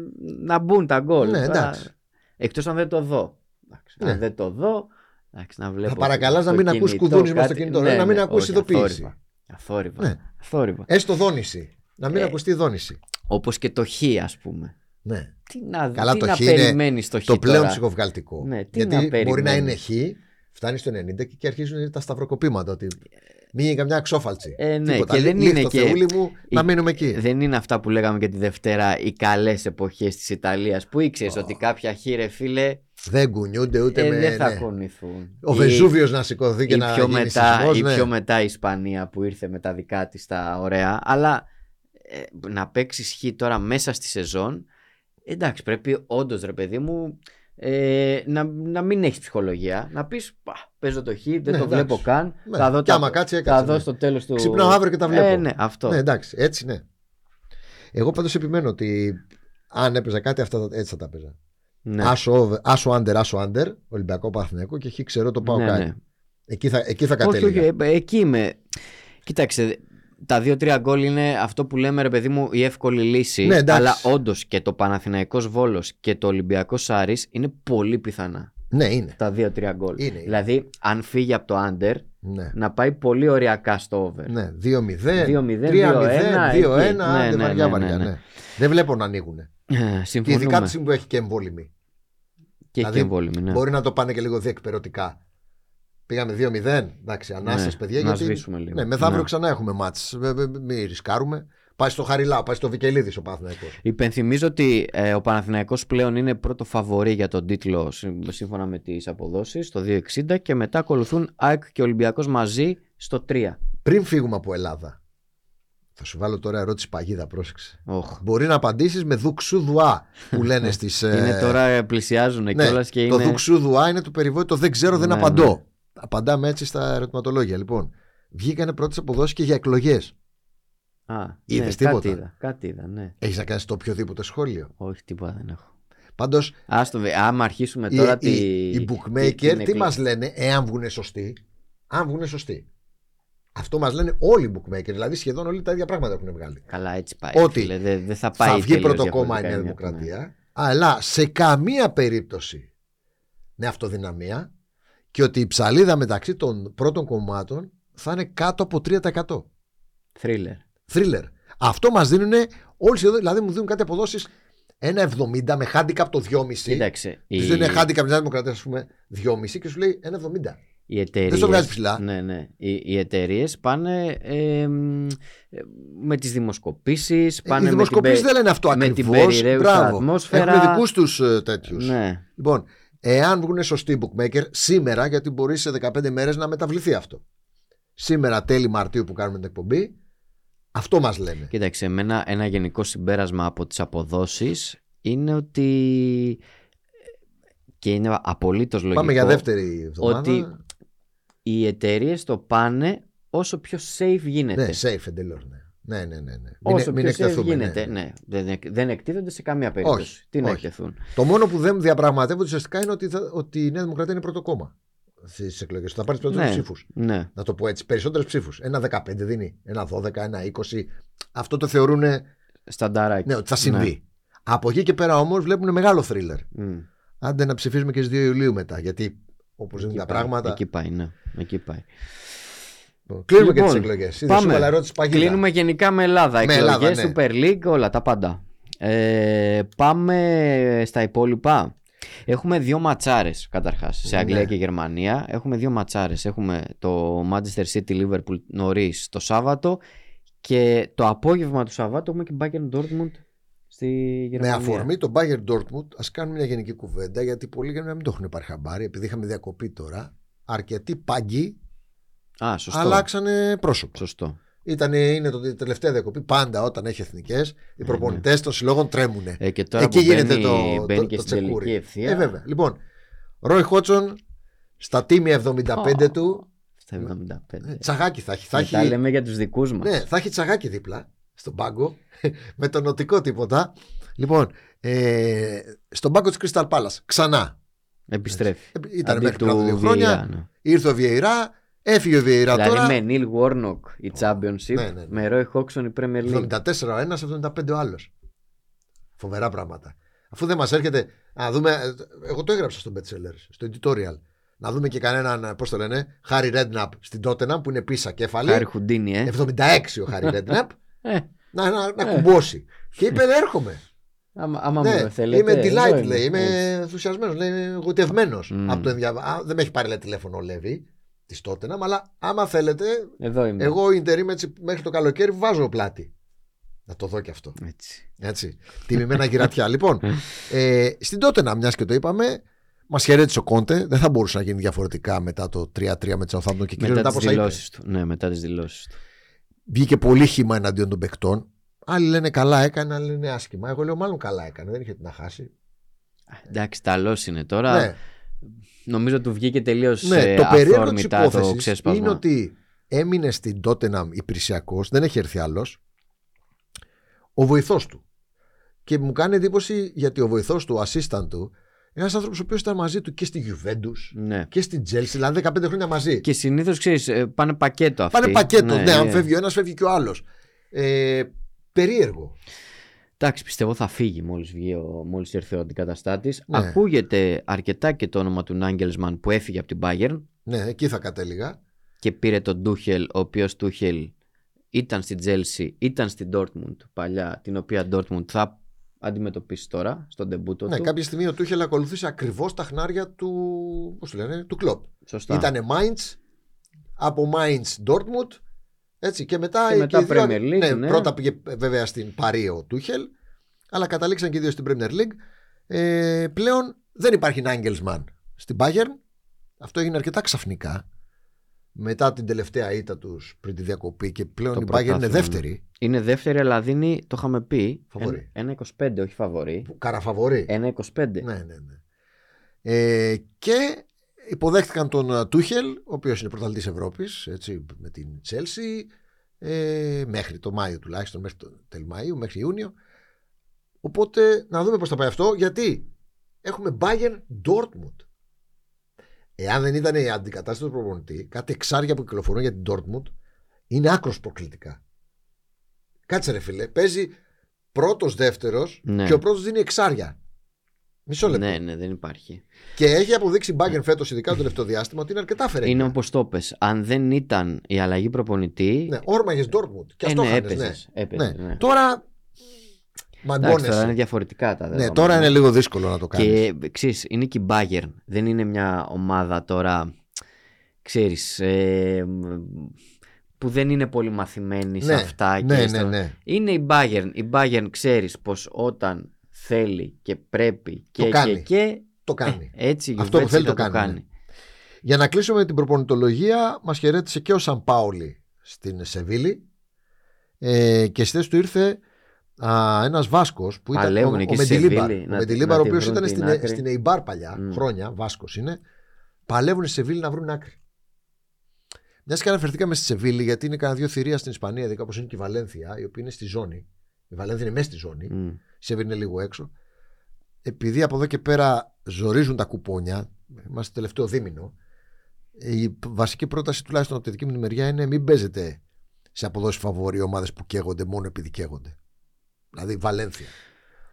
Speaker 1: να μπουν τα γκολ.
Speaker 2: Ναι,
Speaker 1: Α,
Speaker 2: εντάξει.
Speaker 1: Εκτός αν δεν το δω. Εντάξει,
Speaker 2: Ναι.
Speaker 1: Αν δεν το δω, εντάξει, να βλέπω.
Speaker 2: Θα παρακαλάς
Speaker 1: στο
Speaker 2: να μην ακούς
Speaker 1: κινητό
Speaker 2: κουδούνισμα
Speaker 1: κάτι-
Speaker 2: στο κινητό, ναι, να μην ακούς
Speaker 1: όχι,
Speaker 2: ειδοποίηση.
Speaker 1: Αθόρυβα. Αθόρυβα.
Speaker 2: Ναι.
Speaker 1: αθόρυβα.
Speaker 2: Έστω δόνηση. Να μην
Speaker 1: Ε.
Speaker 2: ακουστεί δόνηση.
Speaker 1: Όπως και το χ, ας πούμε.
Speaker 2: Ναι.
Speaker 1: Τι να,
Speaker 2: Καλά,
Speaker 1: τι
Speaker 2: το
Speaker 1: να
Speaker 2: χ είναι
Speaker 1: περιμένεις το χ
Speaker 2: Το πλέον
Speaker 1: τώρα.
Speaker 2: ψυχοβγαλτικό.
Speaker 1: Ναι, τι να
Speaker 2: Γιατί μπορεί να
Speaker 1: περιμένεις.
Speaker 2: είναι χ, φτάνει στο 90 και, και αρχίζουν τα σταυροκοπήματα. Ότι μην γίνει καμιά ξόφαλτση.
Speaker 1: Ε, ναι,
Speaker 2: Τίποτα.
Speaker 1: και δεν
Speaker 2: Λίχτω,
Speaker 1: είναι και-
Speaker 2: Θεούλη μου, να
Speaker 1: η- Ε,
Speaker 2: μείνουμε εκεί.
Speaker 1: Δεν είναι αυτά που λέγαμε και τη Δευτέρα οι καλές εποχές της Ιταλίας που ήξερες ότι κάποια χ, ρε φίλε,
Speaker 2: Δεν κουνιούνται ούτε
Speaker 1: ε,
Speaker 2: με.
Speaker 1: δεν θα
Speaker 2: ναι.
Speaker 1: ακολουθούν.
Speaker 2: Ο
Speaker 1: Η-
Speaker 2: Βεζούβιος να σηκωθεί και
Speaker 1: ή
Speaker 2: να
Speaker 1: πιο,
Speaker 2: γίνει
Speaker 1: μετά,
Speaker 2: σεισμός,
Speaker 1: ή
Speaker 2: ναι.
Speaker 1: πιο μετά η Ισπανία που ήρθε με τα δικά της τα ωραία αλλά ε, να παίξει χ τώρα μέσα στη σεζόν εντάξει πρέπει όντως ρε παιδί μου ε, να, να μην έχεις ψυχολογία να πεις «Πα, παίζω το χ δεν το
Speaker 2: εντάξει.
Speaker 1: βλέπω καν
Speaker 2: Ναι,
Speaker 1: θα δω,
Speaker 2: κι άμα κάτσει, έκατσε,
Speaker 1: θα δω
Speaker 2: ναι.
Speaker 1: στο τέλος του
Speaker 2: Ξυπνάω αύριο και τα βλέπω.
Speaker 1: ε, ναι αυτό
Speaker 2: Ναι, εντάξει, έτσι ναι. Εγώ πάντως επιμένω ότι αν έπαιζα κάτι, αυτά τα- έτσι θα τα έπαιζα.
Speaker 1: ναι.
Speaker 2: Άσο, over- άσο under, άσο under, Ολυμπιακό Παθηναϊκό και χι ξέρω το πάω
Speaker 1: Ναι,
Speaker 2: κάτι.
Speaker 1: ναι.
Speaker 2: Εκεί θα, εκεί θα
Speaker 1: Όχι, όχι,
Speaker 2: κατέληγα.
Speaker 1: ε, εκεί είμαι κοίταξε τα δύο-τρία γκολ είναι αυτό που λέμε ρε παιδί μου η εύκολη λύση.
Speaker 2: Ναι, εντάξει.
Speaker 1: αλλά όντως και το Παναθηναϊκός Βόλος και το Ολυμπιακός Άρης είναι πολύ πιθανά.
Speaker 2: Ναι, είναι.
Speaker 1: τα 2-3 γκολ.
Speaker 2: Είναι, είναι.
Speaker 1: Δηλαδή, αν φύγει από το under,
Speaker 2: Ναι.
Speaker 1: να πάει πολύ ωριακά στο over.
Speaker 2: Ναι, 2-0,
Speaker 1: 2-0,
Speaker 2: 3-0, 2-1,
Speaker 1: εκεί. Ναι,
Speaker 2: άντε
Speaker 1: ναι,
Speaker 2: βαριά
Speaker 1: ναι,
Speaker 2: βαριά.
Speaker 1: ναι,
Speaker 2: ναι.
Speaker 1: ναι.
Speaker 2: Δεν βλέπω να ανοίγουν.
Speaker 1: Ε,
Speaker 2: Και ειδικά τη
Speaker 1: Συμφωνούμε.
Speaker 2: στιγμή που έχει και εμβόλυμη.
Speaker 1: Και έχει
Speaker 2: δηλαδή,
Speaker 1: εμβόλυμη, ναι.
Speaker 2: Μπορεί να το πάνε και λίγο διεκπαιρωτικά. Πήγαμε 2-0. Εντάξει, ανάσες,
Speaker 1: Ναι,
Speaker 2: παιδιά.
Speaker 1: να
Speaker 2: γιατί...
Speaker 1: σβήσουμε λίγο.
Speaker 2: Ναι, μεθαύριο
Speaker 1: Ναι.
Speaker 2: ξανά έχουμε μάτς. Μη- μη- Μη ρισκάρουμε. Πάει στο Χαριλάου, πάει στο Βικελίδης ο Παναθηναϊκός.
Speaker 1: Υπενθυμίζω ότι ε, ο Παναθηναϊκός πλέον είναι πρώτο φαβορή για τον τίτλο σύμ- σύμφωνα με τις αποδόσεις στο 2.60 και μετά ακολουθούν ΑΕΚ και Ολυμπιακός μαζί στο 3.
Speaker 2: Πριν φύγουμε από Ελλάδα, θα σου βάλω τώρα ερώτηση παγίδα, πρόσεξε.
Speaker 1: Οχ.
Speaker 2: Μπορεί να απαντήσεις με δουξούδουά που λένε στις... ε,
Speaker 1: Είναι τώρα ε, πλησιάζουν
Speaker 2: ναι,
Speaker 1: κιόλας και
Speaker 2: Το
Speaker 1: είναι...
Speaker 2: δουξούδουά είναι το περιβόητο δεν ξέρω, δεν
Speaker 1: Ναι,
Speaker 2: απαντώ.
Speaker 1: ναι.
Speaker 2: Απαντάμε έτσι στα ερωτηματολόγια. Λοιπόν, βγήκανε πρώτες αποδόσεις και για εκλογές.
Speaker 1: Α,
Speaker 2: Είδες
Speaker 1: ναι,
Speaker 2: τίποτα?
Speaker 1: Κάτι είδα, κάτι είδα, ναι.
Speaker 2: Έχεις να κάνεις το οποιοδήποτε σχόλιο.
Speaker 1: Όχι, τίποτα δεν έχω.
Speaker 2: Πάντως,
Speaker 1: Άστο, βε- άμα αρχίσουμε
Speaker 2: οι,
Speaker 1: Ε, τώρα
Speaker 2: οι,
Speaker 1: τη...
Speaker 2: οι
Speaker 1: τη- την
Speaker 2: bookmaker τι
Speaker 1: εκλο-
Speaker 2: μα λένε, εάν βγουν σωστοί. Αν βγουν σωστοί. Αυτό μας λένε όλοι οι bookmaker. Δηλαδή, σχεδόν όλοι τα ίδια πράγματα έχουν βγάλει.
Speaker 1: Καλά, έτσι πάει.
Speaker 2: Ότι
Speaker 1: φίλε, δεν δεν θα πάει.
Speaker 2: θα βγει
Speaker 1: τελείως
Speaker 2: πρώτο κόμμα η
Speaker 1: διαφορετικά μια
Speaker 2: Νέα
Speaker 1: από την άλλη.
Speaker 2: Δημοκρατία, αλλά σε καμία περίπτωση με αυτοδυναμία και ότι η ψαλίδα μεταξύ των πρώτων κομμάτων θα είναι κάτω από 3%.
Speaker 1: Θρίλερ.
Speaker 2: Θρίλερ. Αυτό μας δίνουν όλοι σχεδόν, δηλαδή μου δίνουν κάτι αποδόσεις 1,70 με handicap το 2,5.
Speaker 1: Κοίταξε.
Speaker 2: Τη δίνουν handicap μια δημοκρατία, ας πούμε, 2,5 και σου λέει Ε, 1,70.
Speaker 1: Οι εταιρείες,
Speaker 2: Δεν στο βγάζει ψηλά.
Speaker 1: Ναι, ναι. Οι, οι εταιρείες πάνε ε, μ, ε, με τις δημοσκοπήσεις.
Speaker 2: Οι
Speaker 1: Πάνε με την
Speaker 2: δημοσκοπήσεις
Speaker 1: πε-
Speaker 2: δεν λένε αυτό
Speaker 1: με την
Speaker 2: ακριβώς.
Speaker 1: περιραίουσα ατμόσφαιρα.
Speaker 2: Έχουν δικούς τους τέτοιους.
Speaker 1: Ναι.
Speaker 2: ε, Λοιπόν, εάν βγουν σωστοί οι bookmaker σήμερα, γιατί μπορεί σε 15 μέρες να μεταβληθεί αυτό. Σήμερα, τέλη Μαρτίου που κάνουμε την εκπομπή, αυτό μας λένε.
Speaker 1: Κοίταξε, εμένα ένα γενικό συμπέρασμα από τις αποδόσεις είναι ότι. και είναι απολύτως λογικό.
Speaker 2: Πάμε για δεύτερη εβδομάδα.
Speaker 1: ότι Οι εταιρείες το πάνε όσο πιο safe γίνεται.
Speaker 2: Ναι, safe εντελώς. Ναι, ναι, ναι. ναι, ναι. Μην,
Speaker 1: Ε, Όσο
Speaker 2: μην
Speaker 1: πιο safe
Speaker 2: εκτεθούμε, ναι.
Speaker 1: γίνεται. Ναι. Δεν, εκ- δεν εκτίθενται σε καμία περίπτωση.
Speaker 2: Όχι,
Speaker 1: Τι να
Speaker 2: όχι.
Speaker 1: εκτεθούν.
Speaker 2: Το μόνο που δεν διαπραγματεύονται ουσιαστικά είναι ότι, θα- ότι η Νέα Δημοκρατία είναι πρώτο κόμμα στις εκλογές. Θα πάρεις περισσότερους
Speaker 1: Ναι.
Speaker 2: ψήφους.
Speaker 1: Ναι.
Speaker 2: Να το πω έτσι. Περισσότερες ψήφους. Ένα 15 δίνει. Ένα 12, ένα 20. Αυτό το θεωρούν ναι,
Speaker 1: Στανταράκι.
Speaker 2: ότι θα συμβεί.
Speaker 1: Ναι.
Speaker 2: Από εκεί και πέρα όμως βλέπουν μεγάλο θρίλερ.
Speaker 1: Μμ.
Speaker 2: Άντε να ψηφίσουμε και στις 2 Ιουλίου μετά. Γιατί όπως είναι
Speaker 1: Εκεί
Speaker 2: τα
Speaker 1: πάει,
Speaker 2: πράγματα.
Speaker 1: Εκεί πάει, ναι. Εκεί πάει.
Speaker 2: Κλείνουμε και
Speaker 1: Λοιπόν,
Speaker 2: τι εκλογέ.
Speaker 1: πάμε.
Speaker 2: Πάμε. ερώτηση παγίδα.
Speaker 1: Κλείνουμε γενικά με Ελλάδα.
Speaker 2: Με
Speaker 1: Εκλογές,
Speaker 2: Ελλάδα, ναι.
Speaker 1: Super League, όλα τα πάντα. Ε, πάμε στα υπόλοιπα. Έχουμε δύο ματσάρες καταρχάς σε Αγγλία
Speaker 2: Ναι.
Speaker 1: και Γερμανία. Έχουμε δύο ματσάρες. Έχουμε το Manchester City Liverpool νωρίς το Σάββατο και το απόγευμα του Σαββάτου έχουμε και Bayern Dortmund στη
Speaker 2: Με
Speaker 1: Γερμανία.
Speaker 2: αφορμή τον Bayern Dortmund, ας κάνουμε μια γενική κουβέντα γιατί πολλοί για να μην το έχουν πάρει χαμπάρι, επειδή είχαμε διακοπή τώρα. Αρκετοί παγκοί
Speaker 1: Α, σωστό.
Speaker 2: αλλάξανε πρόσωπο.
Speaker 1: Σωστό.
Speaker 2: Ήταν, είναι το η τελευταία διακοπή. Πάντα όταν έχει εθνικές, οι
Speaker 1: ναι.
Speaker 2: προπονητέ των συλλόγων τρέμουνε.
Speaker 1: Ε, και τώρα
Speaker 2: Εκεί
Speaker 1: που
Speaker 2: γίνεται
Speaker 1: μπαίνει,
Speaker 2: το-
Speaker 1: μπαίνει
Speaker 2: το-
Speaker 1: και
Speaker 2: το
Speaker 1: στην
Speaker 2: τσεκούρι.
Speaker 1: τελική ευθεία.
Speaker 2: Ε, βέβαια. Λοιπόν, Ρόι Χότσον στα τίμια 75
Speaker 1: Α,
Speaker 2: του.
Speaker 1: Στα 75.
Speaker 2: ε, Τσαγάκι θα έχει. Θα
Speaker 1: Μετά
Speaker 2: έχει,
Speaker 1: λέμε για τους δικούς μας.
Speaker 2: ναι, θα έχει τσαγάκι δίπλα στον πάγκο. με τον νοτικό τίποτα. Λοιπόν, ε, στον πάγκο της Crystal Palace. Ξανά.
Speaker 1: Επιστρέφει.
Speaker 2: Ε, Ήταν
Speaker 1: Αντί
Speaker 2: μέχρι πριν από
Speaker 1: του
Speaker 2: δύο χρόνια.
Speaker 1: VAR, ναι.
Speaker 2: Ήρθε ο Βιεϊρά. Έφυγε ο Βιεϊρά
Speaker 1: Δηλαδή
Speaker 2: τώρα.
Speaker 1: με Neil Warnock η Championship,
Speaker 2: Ναι, ναι,
Speaker 1: με
Speaker 2: ναι.
Speaker 1: Roy Hodgson η Premier League.
Speaker 2: 74 ο ένας, 75 ο άλλος. Φοβερά πράγματα. Αφού δεν μας έρχεται. Να δούμε. ε, Εγώ το έγραψα στο bestseller, στο editorial. Να δούμε και κανέναν, πώς το λένε, Χάρι Ρέντναπ στην Τότεναμ που είναι πίσω κέφαλη.
Speaker 1: Χάρη Χουντίνι, ε.
Speaker 2: 76 ο Χάρι Ρέντναπ.
Speaker 1: ε
Speaker 2: να, να, να
Speaker 1: Ε.
Speaker 2: κουμπώσει. και είπε, έρχομαι.
Speaker 1: άμα άμα
Speaker 2: ναι,
Speaker 1: μου θέλετε.
Speaker 2: είμαι
Speaker 1: εδώ
Speaker 2: delighted,
Speaker 1: είμαι.
Speaker 2: λέει. Είμαι
Speaker 1: Έτσι.
Speaker 2: ενθουσιασμένος, λέει. Γοητευμένο.
Speaker 1: Mm.
Speaker 2: Από το ενδια- Α, Δεν με έχει πάρει λέει, τηλέφωνο ο Λέβη τη Τότεναμ, αλλά άμα θέλετε,
Speaker 1: Εδώ είμαι.
Speaker 2: εγώ interim έτσι, μέχρι το καλοκαίρι βάζω πλάτη. Να το δω και αυτό.
Speaker 1: Έτσι.
Speaker 2: Έτσι. Τιμημένα γυρατιά. λοιπόν, ε, στην τότε να μιας και το είπαμε, μας χαιρέτησε ο Κόντε. Δεν θα μπορούσε να γίνει διαφορετικά μετά το 3-3 με τη Southampton και κυρίω
Speaker 1: Μετά τις
Speaker 2: μετά από όσα είπε.
Speaker 1: δηλώσεις του. Ναι, μετά τις δηλώσεις του.
Speaker 2: Βγήκε πολύ χήμα εναντίον των παικτών. Άλλοι λένε καλά έκανε, άλλοι λένε άσχημα. Εγώ λέω μάλλον καλά έκανε, δεν είχε τι να χάσει.
Speaker 1: Εντάξει, ταλός είναι τώρα.
Speaker 2: ναι,
Speaker 1: Νομίζω του βγήκε τελείως
Speaker 2: ναι.
Speaker 1: ε,
Speaker 2: το περίεργο της
Speaker 1: αυθόρμητα το
Speaker 2: υπόθεσης
Speaker 1: ξέσπασμα.
Speaker 2: είναι ότι έμεινε στην Τότεναμ υπηρεσιακός, δεν έχει έρθει άλλος, ο βοηθός του. Και μου κάνει εντύπωση γιατί ο βοηθός του, ο assistant του, ένας άνθρωπος ο οποίος ήταν μαζί του και στη Juventus
Speaker 1: Ναι.
Speaker 2: και στην Τζέλση, δηλαδή 15 χρόνια μαζί.
Speaker 1: Και συνήθως, ξέρεις, ε, πάνε πακέτο αυτοί.
Speaker 2: Πάνε πακέτο. Ναι, αν
Speaker 1: ε.
Speaker 2: φεύγει ο ένας, φεύγει και ο άλλος. Ε, περίεργο.
Speaker 1: Εντάξει, πιστεύω θα φύγει μόλις, βγει ο, μόλις ήρθε ο αντικαταστάτης.
Speaker 2: Ναι.
Speaker 1: Ακούγεται αρκετά και το όνομα του Νάγκελσμαν που έφυγε από την Bayern
Speaker 2: Ναι, εκεί θα κατέληγα.
Speaker 1: και πήρε τον Ντούχελ, ο οποίος Ντούχελ ήταν στην Τζέλσι, ήταν στην Dortmund παλιά, την οποία Dortmund θα αντιμετωπίσει τώρα στον τεμπούτο
Speaker 2: Ναι,
Speaker 1: του.
Speaker 2: κάποια στιγμή ο Τούχελ ακολουθούσε ακριβώς τα χνάρια του. Πώς το λένε, του κλοπ.
Speaker 1: Σωστά.
Speaker 2: Ήτανε Mainz, από Mainz Dortmund. Έτσι, και μετά,
Speaker 1: Και μετά
Speaker 2: οι δύο-
Speaker 1: Premier League, ναι.
Speaker 2: Πρώτα πήγε ε, βέβαια στην Παρή ο Τούχελ, αλλά καταλήξαν και οι δύο στην Premier League. Ε, πλέον δεν υπάρχει Nagelsmann στην Bayern. Αυτό έγινε αρκετά ξαφνικά. Μετά την τελευταία ήττα τους πριν τη διακοπή και πλέον
Speaker 1: Το
Speaker 2: η Bayern είναι
Speaker 1: πρωτάθλημα. ναι.
Speaker 2: δεύτερη.
Speaker 1: Είναι δεύτερη, αλλά δίνει, το είχαμε πει.
Speaker 2: Φαβορί.
Speaker 1: Ένα 25, όχι φαβορή.
Speaker 2: που- Καραφαβορή.
Speaker 1: 1,25.
Speaker 2: Ναι, ναι, ναι. Ε, και υποδέχτηκαν τον ε, Τούχελ, ο οποίος είναι πρωταθλητής Ευρώπης, έτσι, με την Τσέλσι, ε, μέχρι το Μάιο τουλάχιστον, μέχρι το τέλη Μαΐου, μέχρι Ιούνιο. Οπότε να δούμε πώς θα πάει αυτό, γιατί έχουμε Bayern Dortmund. Εάν δεν ήταν η αντικατάσταση του προπονητή, κάτι εξάρια που κυκλοφορούν για την Dortmund είναι άκρος προκλητικά. Κάτσε ρε φίλε, παίζει πρώτος δεύτερος
Speaker 1: Ναι.
Speaker 2: και ο πρώτος δίνει εξάρια. Μισό λεπτό.
Speaker 1: ναι, ναι, δεν υπάρχει.
Speaker 2: Και έχει αποδείξει η Bayern φέτος, ειδικά το τελευταίο διάστημα, ότι είναι αρκετά φερέγγια.
Speaker 1: Είναι όπως το πες. Αν δεν ήταν η αλλαγή προπονητή.
Speaker 2: Ναι, όρμαγες Dortmund. Και
Speaker 1: ε,
Speaker 2: αυτό
Speaker 1: ναι,
Speaker 2: χάνες,
Speaker 1: έπαιζες,
Speaker 2: ναι.
Speaker 1: έπαιζες,
Speaker 2: ναι.
Speaker 1: ναι.
Speaker 2: Τώρα.
Speaker 1: Εντάξει, τώρα είναι
Speaker 2: Μαγκώνεσαι.
Speaker 1: διαφορετικά τα
Speaker 2: Ναι,
Speaker 1: δεδομένα.
Speaker 2: τώρα είναι λίγο δύσκολο να το κάνει.
Speaker 1: Και ξέρεις, είναι και η Bayern. Δεν είναι μια ομάδα τώρα, ξέρεις, ε, μ, που δεν είναι πολύ μαθημένη σε αυτά. και
Speaker 2: ναι, ναι,
Speaker 1: στο-
Speaker 2: ναι.
Speaker 1: Είναι η Bayern. Η Bayern ξέρεις πως όταν θέλει και πρέπει και, και,
Speaker 2: κάνει.
Speaker 1: και
Speaker 2: Το κάνει.
Speaker 1: έτσι η
Speaker 2: Αυτό που
Speaker 1: Juventus
Speaker 2: θέλει
Speaker 1: θα
Speaker 2: το κάνει, Για να κλείσουμε την προπονητολογία, μας χαιρέτησε και ο Σαν Πάολη στην Σεβίλη. Ε, και στι του ήρθε α, ένας Βάσκος που ήταν
Speaker 1: Παλεύουν
Speaker 2: ο,
Speaker 1: εκεί
Speaker 2: ο
Speaker 1: στη
Speaker 2: Μεντιλίμπαρ,
Speaker 1: Σεβίλη,
Speaker 2: ο,
Speaker 1: να-
Speaker 2: Μεντιλίμπαρ,
Speaker 1: να
Speaker 2: ο
Speaker 1: τη
Speaker 2: οποίος
Speaker 1: βρουν
Speaker 2: ήταν
Speaker 1: την
Speaker 2: στην, Ε-
Speaker 1: άκρη.
Speaker 2: στην Εϊμπάρ παλιά,
Speaker 1: Μμ.
Speaker 2: χρόνια, Βάσκος είναι, παλεύουν στη Σεβίλη να βρουν άκρη. Μιας και αναφερθήκαμε στη Σεβίλη, γιατί είναι κανένα δύο θηρία στην Ισπανία, δηλαδή όπω είναι και η Βαλένθια, η οποία είναι στη ζώνη. Η Βαλένθια είναι μέσα στη ζώνη.
Speaker 1: Μμ.
Speaker 2: Η Σεβίλη είναι λίγο έξω. Επειδή από εδώ και πέρα ζορίζουν τα κουπόνια, είμαστε στο τελευταίο δίμηνο, η βασική πρόταση τουλάχιστον από τη δική μου τη μεριά είναι μην παίζετε σε αποδόσεις φαβορή ομάδες που καίγονται μόνο επειδή καίγονται. Δηλαδή Βαλένθια.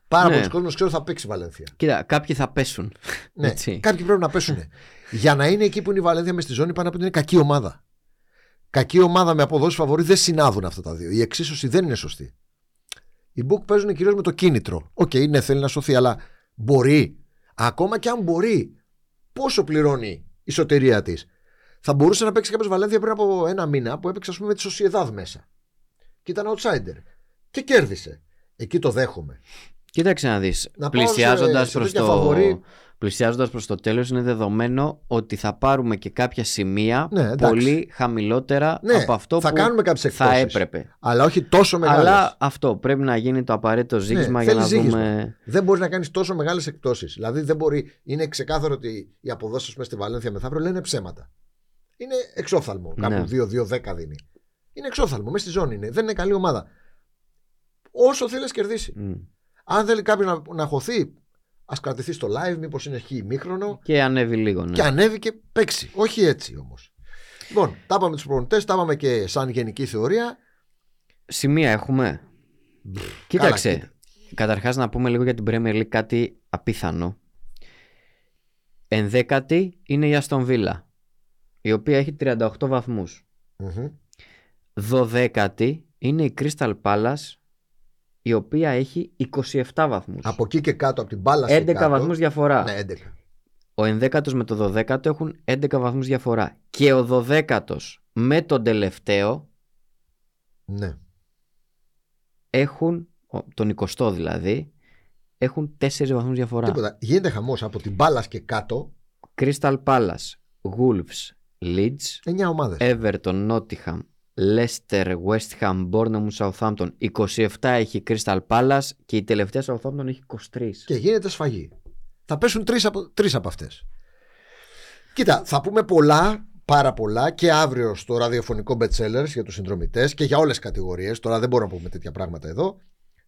Speaker 2: Πάρα
Speaker 1: Ναι.
Speaker 2: πολλοί κόσμοι ξέρω θα παίξει Βαλένθια.
Speaker 1: Κοίτα, κάποιοι θα πέσουν.
Speaker 2: Ναι.
Speaker 1: Έτσι.
Speaker 2: Κάποιοι πρέπει να πέσουν. Για να είναι εκεί που είναι η Βαλένθια με στη ζώνη, πάνω από ότι είναι κακή ομάδα. Κακή ομάδα με αποδόσεις φαβορή δεν συνάδουν αυτά τα δύο. Η εξίσωση δεν είναι σωστή. Οι Μπουκ παίζουν κυρίως με το κίνητρο. Οκ, ναι, θέλει να σωθεί, αλλά μπορεί. Ακόμα και αν μπορεί, πόσο πληρώνει η σωτηρία της. Θα μπορούσε να παίξει κάποιος Βαλένθια πριν από ένα μήνα που έπαιξε, ας πούμε, με τη Σοσιεδάδ μέσα. Και ήταν outsider. Και κέρδισε. Εκεί το δέχομαι.
Speaker 1: Κοίταξε να δεις,
Speaker 2: Να πάω σε-
Speaker 1: πλησιάζοντας
Speaker 2: σε
Speaker 1: προς
Speaker 2: τέτοια
Speaker 1: το...
Speaker 2: φαβορί.
Speaker 1: Πλησιάζοντας προς το τέλος είναι δεδομένο ότι θα πάρουμε και κάποια σημεία
Speaker 2: Ναι, εντάξει.
Speaker 1: πολύ χαμηλότερα
Speaker 2: Ναι,
Speaker 1: από αυτό
Speaker 2: θα
Speaker 1: που
Speaker 2: κάνουμε κάποιες
Speaker 1: θα
Speaker 2: εκπτώσεις.
Speaker 1: έπρεπε.
Speaker 2: Αλλά όχι τόσο μεγάλε.
Speaker 1: Αλλά αυτό πρέπει να γίνει το απαραίτητο ζήγισμα για
Speaker 2: Ναι, θέλει
Speaker 1: να
Speaker 2: ζήγισμα.
Speaker 1: δούμε.
Speaker 2: Δεν μπορείς να κάνεις τόσο μεγάλες εκπτώσεις. Δηλαδή, δεν μπορεί, είναι ξεκάθαρο ότι οι αποδόσεις μέσα στη Βαλένθια μεθαύριο λένε ψέματα. Είναι εξόφθαλμο.
Speaker 1: Ναι.
Speaker 2: Κάπου 2-2-10 δίνει. Είναι εξόφθαλμο. Μέσα στη ζώνη είναι. Δεν είναι καλή ομάδα. Όσο θέλεις, κερδίσει.
Speaker 1: Μ.
Speaker 2: Αν θέλει κάποιος να, να χωθεί, ας κρατηθεί στο live, μήπως είναι χι μήχρονο.
Speaker 1: Και ανέβει λίγο, ναι.
Speaker 2: Και ανέβει και παίξει. Όχι έτσι όμως. Λοιπόν, τα είπαμε τους προπονητές, τα είπαμε και σαν γενική θεωρία.
Speaker 1: Σημεία έχουμε. Κοίταξε.
Speaker 2: καλά,
Speaker 1: Καταρχάς να πούμε λίγο για την Premier League κάτι απίθανο. Ενδέκατη είναι η Aston Villa, η οποία έχει 38 βαθμούς.
Speaker 2: Μμμ.
Speaker 1: Δωδέκατη είναι η Crystal Palace, η οποία έχει 27 βαθμούς.
Speaker 2: Από εκεί και κάτω, από την μπάλα και
Speaker 1: 11
Speaker 2: κάτω.
Speaker 1: βαθμούς διαφορά.
Speaker 2: Ναι, 11.
Speaker 1: Ο ενδέκατος με το 12ο έχουν 11 βαθμούς διαφορά. Και ο 12ος με τον τελευταίο
Speaker 2: Ναι.
Speaker 1: έχουν, ο- τον 20ο δηλαδή, έχουν 4 βαθμούς διαφορά.
Speaker 2: Τίποτα. Γίνεται χαμός από την μπάλα και κάτω.
Speaker 1: Crystal Palace, Wolves, Leeds,
Speaker 2: 9 ομάδε.
Speaker 1: Ε. Everton, Nottingham, Leicester, West Ham, Bournemouth, Southampton. 27 έχει η Crystal Palace και η τελευταία Southampton έχει 23.
Speaker 2: Και γίνεται σφαγή. Θα πέσουν τρεις από, τρεις από αυτές. Κοίτα, θα πούμε πολλά, πάρα πολλά και αύριο στο ραδιοφωνικό bestsellers για τους συνδρομητές και για όλες τις κατηγορίες. Τώρα δεν μπορούμε να πούμε τέτοια πράγματα εδώ.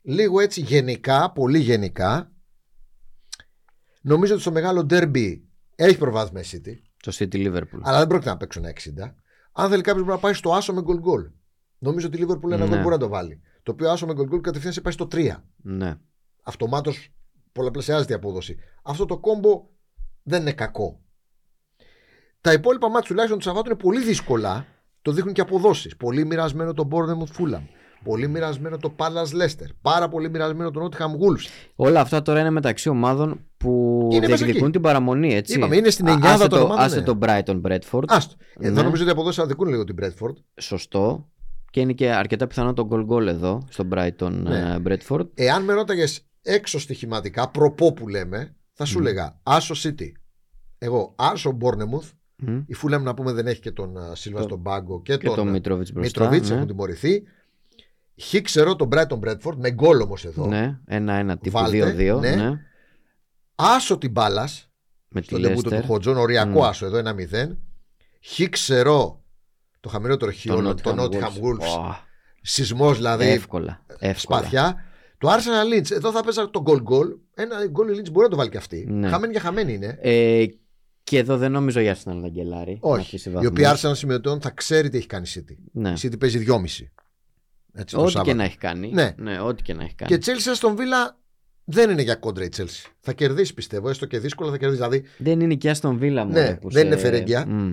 Speaker 2: Λίγο έτσι γενικά, πολύ γενικά. Νομίζω ότι στο μεγάλο ντέρμπι έχει προβάδισμα η City,
Speaker 1: Το City Liverpool.
Speaker 2: αλλά δεν πρόκειται να παίξουν 60. Αν θέλει κάποιος να πάει στο άσο με γκολ γκολ. Νομίζω ότι η Liverpool ένα
Speaker 1: Ναι.
Speaker 2: γκολ μπορεί να το βάλει. Το οποίο άσο με γκολ γκολ κατευθείαν σε πάει στο 3.
Speaker 1: Ναι.
Speaker 2: αυτομάτως πολλαπλασιάζεται η απόδοση. Αυτό το κόμπο δεν είναι κακό. Τα υπόλοιπα μάτια τουλάχιστον του Σαββάτου είναι πολύ δύσκολα. Το δείχνουν και αποδόσεις. Πολύ μοιρασμένο το Bournemouth Fulham. Πολύ μοιρασμένο το Palace Leicester. Πάρα πολύ μοιρασμένο το Nottingham Wolves.
Speaker 1: Όλα αυτά τώρα είναι μεταξύ ομάδων που
Speaker 2: Και είναι μέσα
Speaker 1: διεκδικούν
Speaker 2: εκεί.
Speaker 1: την παραμονή, έτσι.
Speaker 2: Είπαμε, είναι στην
Speaker 1: Α,
Speaker 2: εννιάδα
Speaker 1: άσε
Speaker 2: των
Speaker 1: το,
Speaker 2: ομάδων,
Speaker 1: άσε
Speaker 2: ναι.
Speaker 1: το Brighton Bradford.
Speaker 2: Άστο. Εδώ
Speaker 1: Ναι.
Speaker 2: νομίζω ότι από εδώ σε αδικούν λίγο την Bradford.
Speaker 1: Σωστό. Και είναι και αρκετά πιθανό το goal goal εδώ, στο Brighton
Speaker 2: Ναι.
Speaker 1: ε, Bradford.
Speaker 2: Εάν με ρώταγες έξω στοιχηματικά, προπό που λέμε, θα σου
Speaker 1: Μμμ.
Speaker 2: λέγα Άσο City. Εγώ, Άσο Bournemouth.
Speaker 1: Μμ.
Speaker 2: Η Fulham να πούμε δεν έχει και τον Σίλβα
Speaker 1: Το-
Speaker 2: στον πάγκο και,
Speaker 1: Και το
Speaker 2: τον
Speaker 1: Mitrovic μπροστά.
Speaker 2: Μητροβίτ
Speaker 1: ναι.
Speaker 2: έχουν τιμωρηθεί. Χ ξέρω τον Brighton Bradford με γκολ όμως εδώ.
Speaker 1: Ναι, ένα-ένα τύπου
Speaker 2: Βάλτε,
Speaker 1: 2-2.
Speaker 2: ναι.
Speaker 1: Ναι.
Speaker 2: Άσο την μπάλας
Speaker 1: Με τη
Speaker 2: στο τεμπούτο του
Speaker 1: Leicester.
Speaker 2: Χοντζόν, οριακό
Speaker 1: Μμ.
Speaker 2: άσο εδώ 1-0. Χ ξέρω το χαμηλότερο χ όλων, το Nottingham Wolves.
Speaker 1: Ω, Ε,
Speaker 2: Σεισμός δηλαδή,
Speaker 1: Εύκολα. εύκολα.
Speaker 2: σπαθιά. Το Arsenal Lynch, εδώ θα παίζα το goal goal. Ένα goal η Lynch μπορεί να το βάλει και αυτή.
Speaker 1: Ναι.
Speaker 2: Χαμένη για χαμένη είναι.
Speaker 1: Ε, και εδώ δεν νομίζω η Arsenal να γκελάρει. να
Speaker 2: Όχι.
Speaker 1: αφήσει
Speaker 2: Η
Speaker 1: βαθμούς.
Speaker 2: οποία Arsenal σημειωτών θα ξέρει τι έχει κάνει η City.
Speaker 1: Ναι.
Speaker 2: Η City παίζει δυόμιση. Έτσι, το
Speaker 1: Ό,τι και
Speaker 2: Σάββατο.
Speaker 1: να έχει κάνει.
Speaker 2: Ναι.
Speaker 1: ό,τι και να έχει κάνει.
Speaker 2: Και Chelsea στον Villa δεν είναι για κόντρα η Chelsea. Θα κερδίσει πιστεύω, έστω και δύσκολα θα κερδίσει. Δηλαδή
Speaker 1: Δεν είναι και στον Βίλα μου.
Speaker 2: Ναι,
Speaker 1: ρε, που
Speaker 2: δεν
Speaker 1: σε-
Speaker 2: είναι φερέγγια.
Speaker 1: Μμ.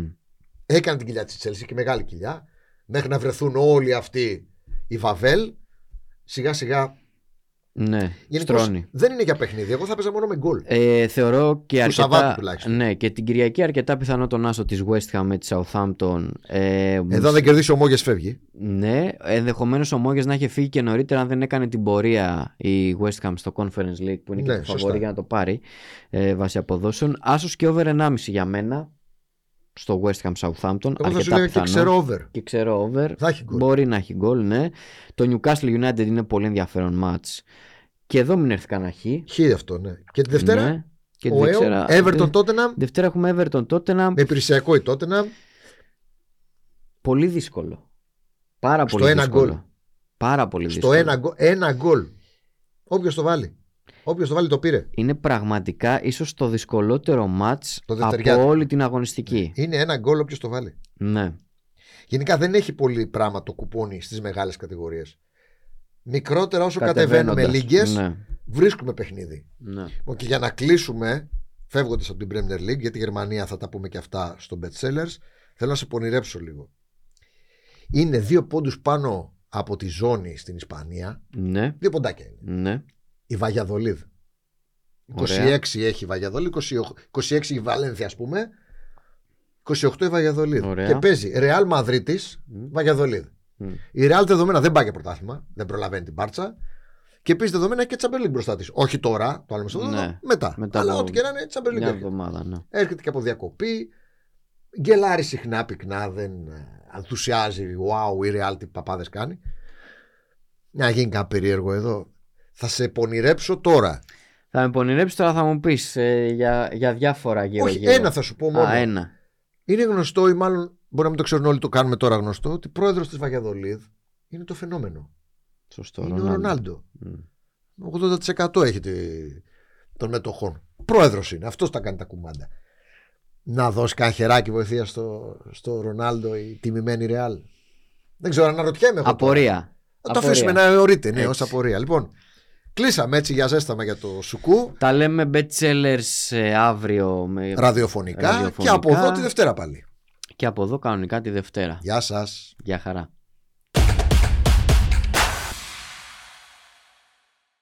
Speaker 2: έκανε την κοιλιά της Chelsea και μεγάλη κοιλιά. Μέχρι να βρεθούν όλοι αυτοί οι Βαβέλ. Σιγά σιγά.
Speaker 1: Ναι,
Speaker 2: γενικώς
Speaker 1: στρώνει.
Speaker 2: δεν είναι για παιχνίδι. Εγώ θα παίζα μόνο με γκολ.
Speaker 1: Ε, θεωρώ και
Speaker 2: Του
Speaker 1: αρκετά.
Speaker 2: Σαββάτου τουλάχιστον.
Speaker 1: Ναι, και την Κυριακή αρκετά πιθανό τον Άσο της West Ham με τη Southampton. Ε,
Speaker 2: Εδώ αν δεν κερδίσει ο Μόγες φεύγει.
Speaker 1: Ναι, ενδεχομένως ο Μόγες να είχε φύγει και νωρίτερα αν δεν έκανε την πορεία η West Ham στο Conference League που είναι και
Speaker 2: Ναι,
Speaker 1: το
Speaker 2: σωστά.
Speaker 1: φαβορή για να το πάρει ε, βάσει αποδόσεων. Άσος και over 1,5 για μένα στο West Ham Southampton.
Speaker 2: Εγώ θα
Speaker 1: αρκετά
Speaker 2: σου λέγα και
Speaker 1: πιθανός.
Speaker 2: ξέρω over.
Speaker 1: Και ξέρω over.
Speaker 2: Θα έχει γκολ.
Speaker 1: Μπορεί να έχει γκολ, ναι. Το Newcastle United είναι πολύ ενδιαφέρον match. Και εδώ μην έρθει κανένα χ.
Speaker 2: Χ αυτό, ναι. Και τη Δευτέρα.
Speaker 1: Ναι. Και
Speaker 2: ο ΑΕΟ,
Speaker 1: Δευτέρα- ναι.
Speaker 2: Everton Ε-
Speaker 1: Δε-
Speaker 2: Tottenham.
Speaker 1: Δευτέρα έχουμε Everton Tottenham.
Speaker 2: Με υπηρεσιακό η Tottenham.
Speaker 1: Πολύ δύσκολο. Πάρα
Speaker 2: Στο
Speaker 1: πολύ
Speaker 2: ένα
Speaker 1: δύσκολο.
Speaker 2: γκολ.
Speaker 1: Πάρα πολύ
Speaker 2: Στο
Speaker 1: δύσκολο.
Speaker 2: ένα, γκο- ένα γκολ. Όποιος το βάλει. Όποιος το βάλει το πήρε.
Speaker 1: Είναι πραγματικά ίσως το δυσκολότερο μάτς
Speaker 2: Το δευτεριάτικο.
Speaker 1: από όλη την αγωνιστική.
Speaker 2: Είναι ένα γκολ όποιος το βάλει.
Speaker 1: Ναι.
Speaker 2: Γενικά δεν έχει πολύ πράγμα το κουπόνι στις μεγάλες κατηγορίες. Μικρότερα όσο
Speaker 1: Κατεβαίνοντας.
Speaker 2: κατεβαίνουμε λίγε,
Speaker 1: Ναι.
Speaker 2: βρίσκουμε παιχνίδι.
Speaker 1: ναι.
Speaker 2: Λοιπόν, Και για να κλείσουμε, φεύγοντας από την Premier League, γιατί η Γερμανία θα τα πούμε και αυτά στο Bet Sellers, θέλω να σε πονηρέψω λίγο. Είναι δύο πόντους πάνω από τη ζώνη στην Ισπανία.
Speaker 1: Ναι.
Speaker 2: Δύο ποντάκια είναι.
Speaker 1: Ναι.
Speaker 2: Η Βαγιαδολίδ. 26
Speaker 1: Ωραία.
Speaker 2: έχει η Βαγιαδολίδ, 28 26 η Βαλένθια ας πούμε. 28 η Βαγιαδολίδ.
Speaker 1: Ωραία.
Speaker 2: Και παίζει Ρεάλ Μαδρίτης,
Speaker 1: Μμ.
Speaker 2: Βαγιαδολίδ.
Speaker 1: Μμ.
Speaker 2: Η Ρεάλ δεδομένα δεν πάει για πρωτάθλημα, δεν προλαβαίνει την πάρτσα. Και επίσης δεδομένα έχει και Champions League μπροστά της. Όχι τώρα, το άλλο μεσοδόντιο,
Speaker 1: Ναι.
Speaker 2: μετά.
Speaker 1: Μετά
Speaker 2: Αλλά
Speaker 1: από
Speaker 2: ό,τι και να είναι Champions League.
Speaker 1: Μια
Speaker 2: έρχεται.
Speaker 1: εβδομάδα, ναι.
Speaker 2: Έρχεται και από διακοπή. Γκελάρει συχνά, πυκνά, δεν ε, ενθουσιάζει. Wow, η Real τι παπάδες κάνει. Να γίνει κάτι περίεργο εδώ. Θα σε πονηρέψω τώρα.
Speaker 1: Θα με πονηρέψεις τώρα θα μου πεις ε, για, για διάφορα γύρω
Speaker 2: Όχι,
Speaker 1: γύρω.
Speaker 2: ένα θα σου πω μόνο.
Speaker 1: Α, ένα.
Speaker 2: Είναι γνωστό, ή μάλλον μπορεί να μην το ξέρουν όλοι, το κάνουμε τώρα γνωστό, ότι πρόεδρος της Βαγιαδολίδ είναι το φαινόμενο.
Speaker 1: Σωστό.
Speaker 2: είναι ο Ρονάλντο.
Speaker 1: Μμ.
Speaker 2: 80% έχει τη- των μετοχών. Πρόεδρος είναι. Αυτός τα κάνει τα κουμάντα. Να δώσει κανένα χεράκι βοηθεία στο, στο Ρονάλντο η τιμημένη Ρεάλ. Δεν ξέρω, αναρωτιέμαι εγώ. τώρα.
Speaker 1: Απορία.
Speaker 2: Να το
Speaker 1: Απορία.
Speaker 2: αφήσουμε να αιωρείται, ναι, ως
Speaker 1: Έτσι.
Speaker 2: απορία. Λοιπόν, κλείσαμε έτσι για ζέσταμα για το Σουκού,
Speaker 1: Τα λέμε best sellers ε, αύριο με...
Speaker 2: ραδιοφωνικά, και
Speaker 1: Ραδιοφωνικά.
Speaker 2: από εδώ τη Δευτέρα πάλι.
Speaker 1: και από εδώ κανονικά τη Δευτέρα.
Speaker 2: Γεια σας.
Speaker 1: Γεια χαρά.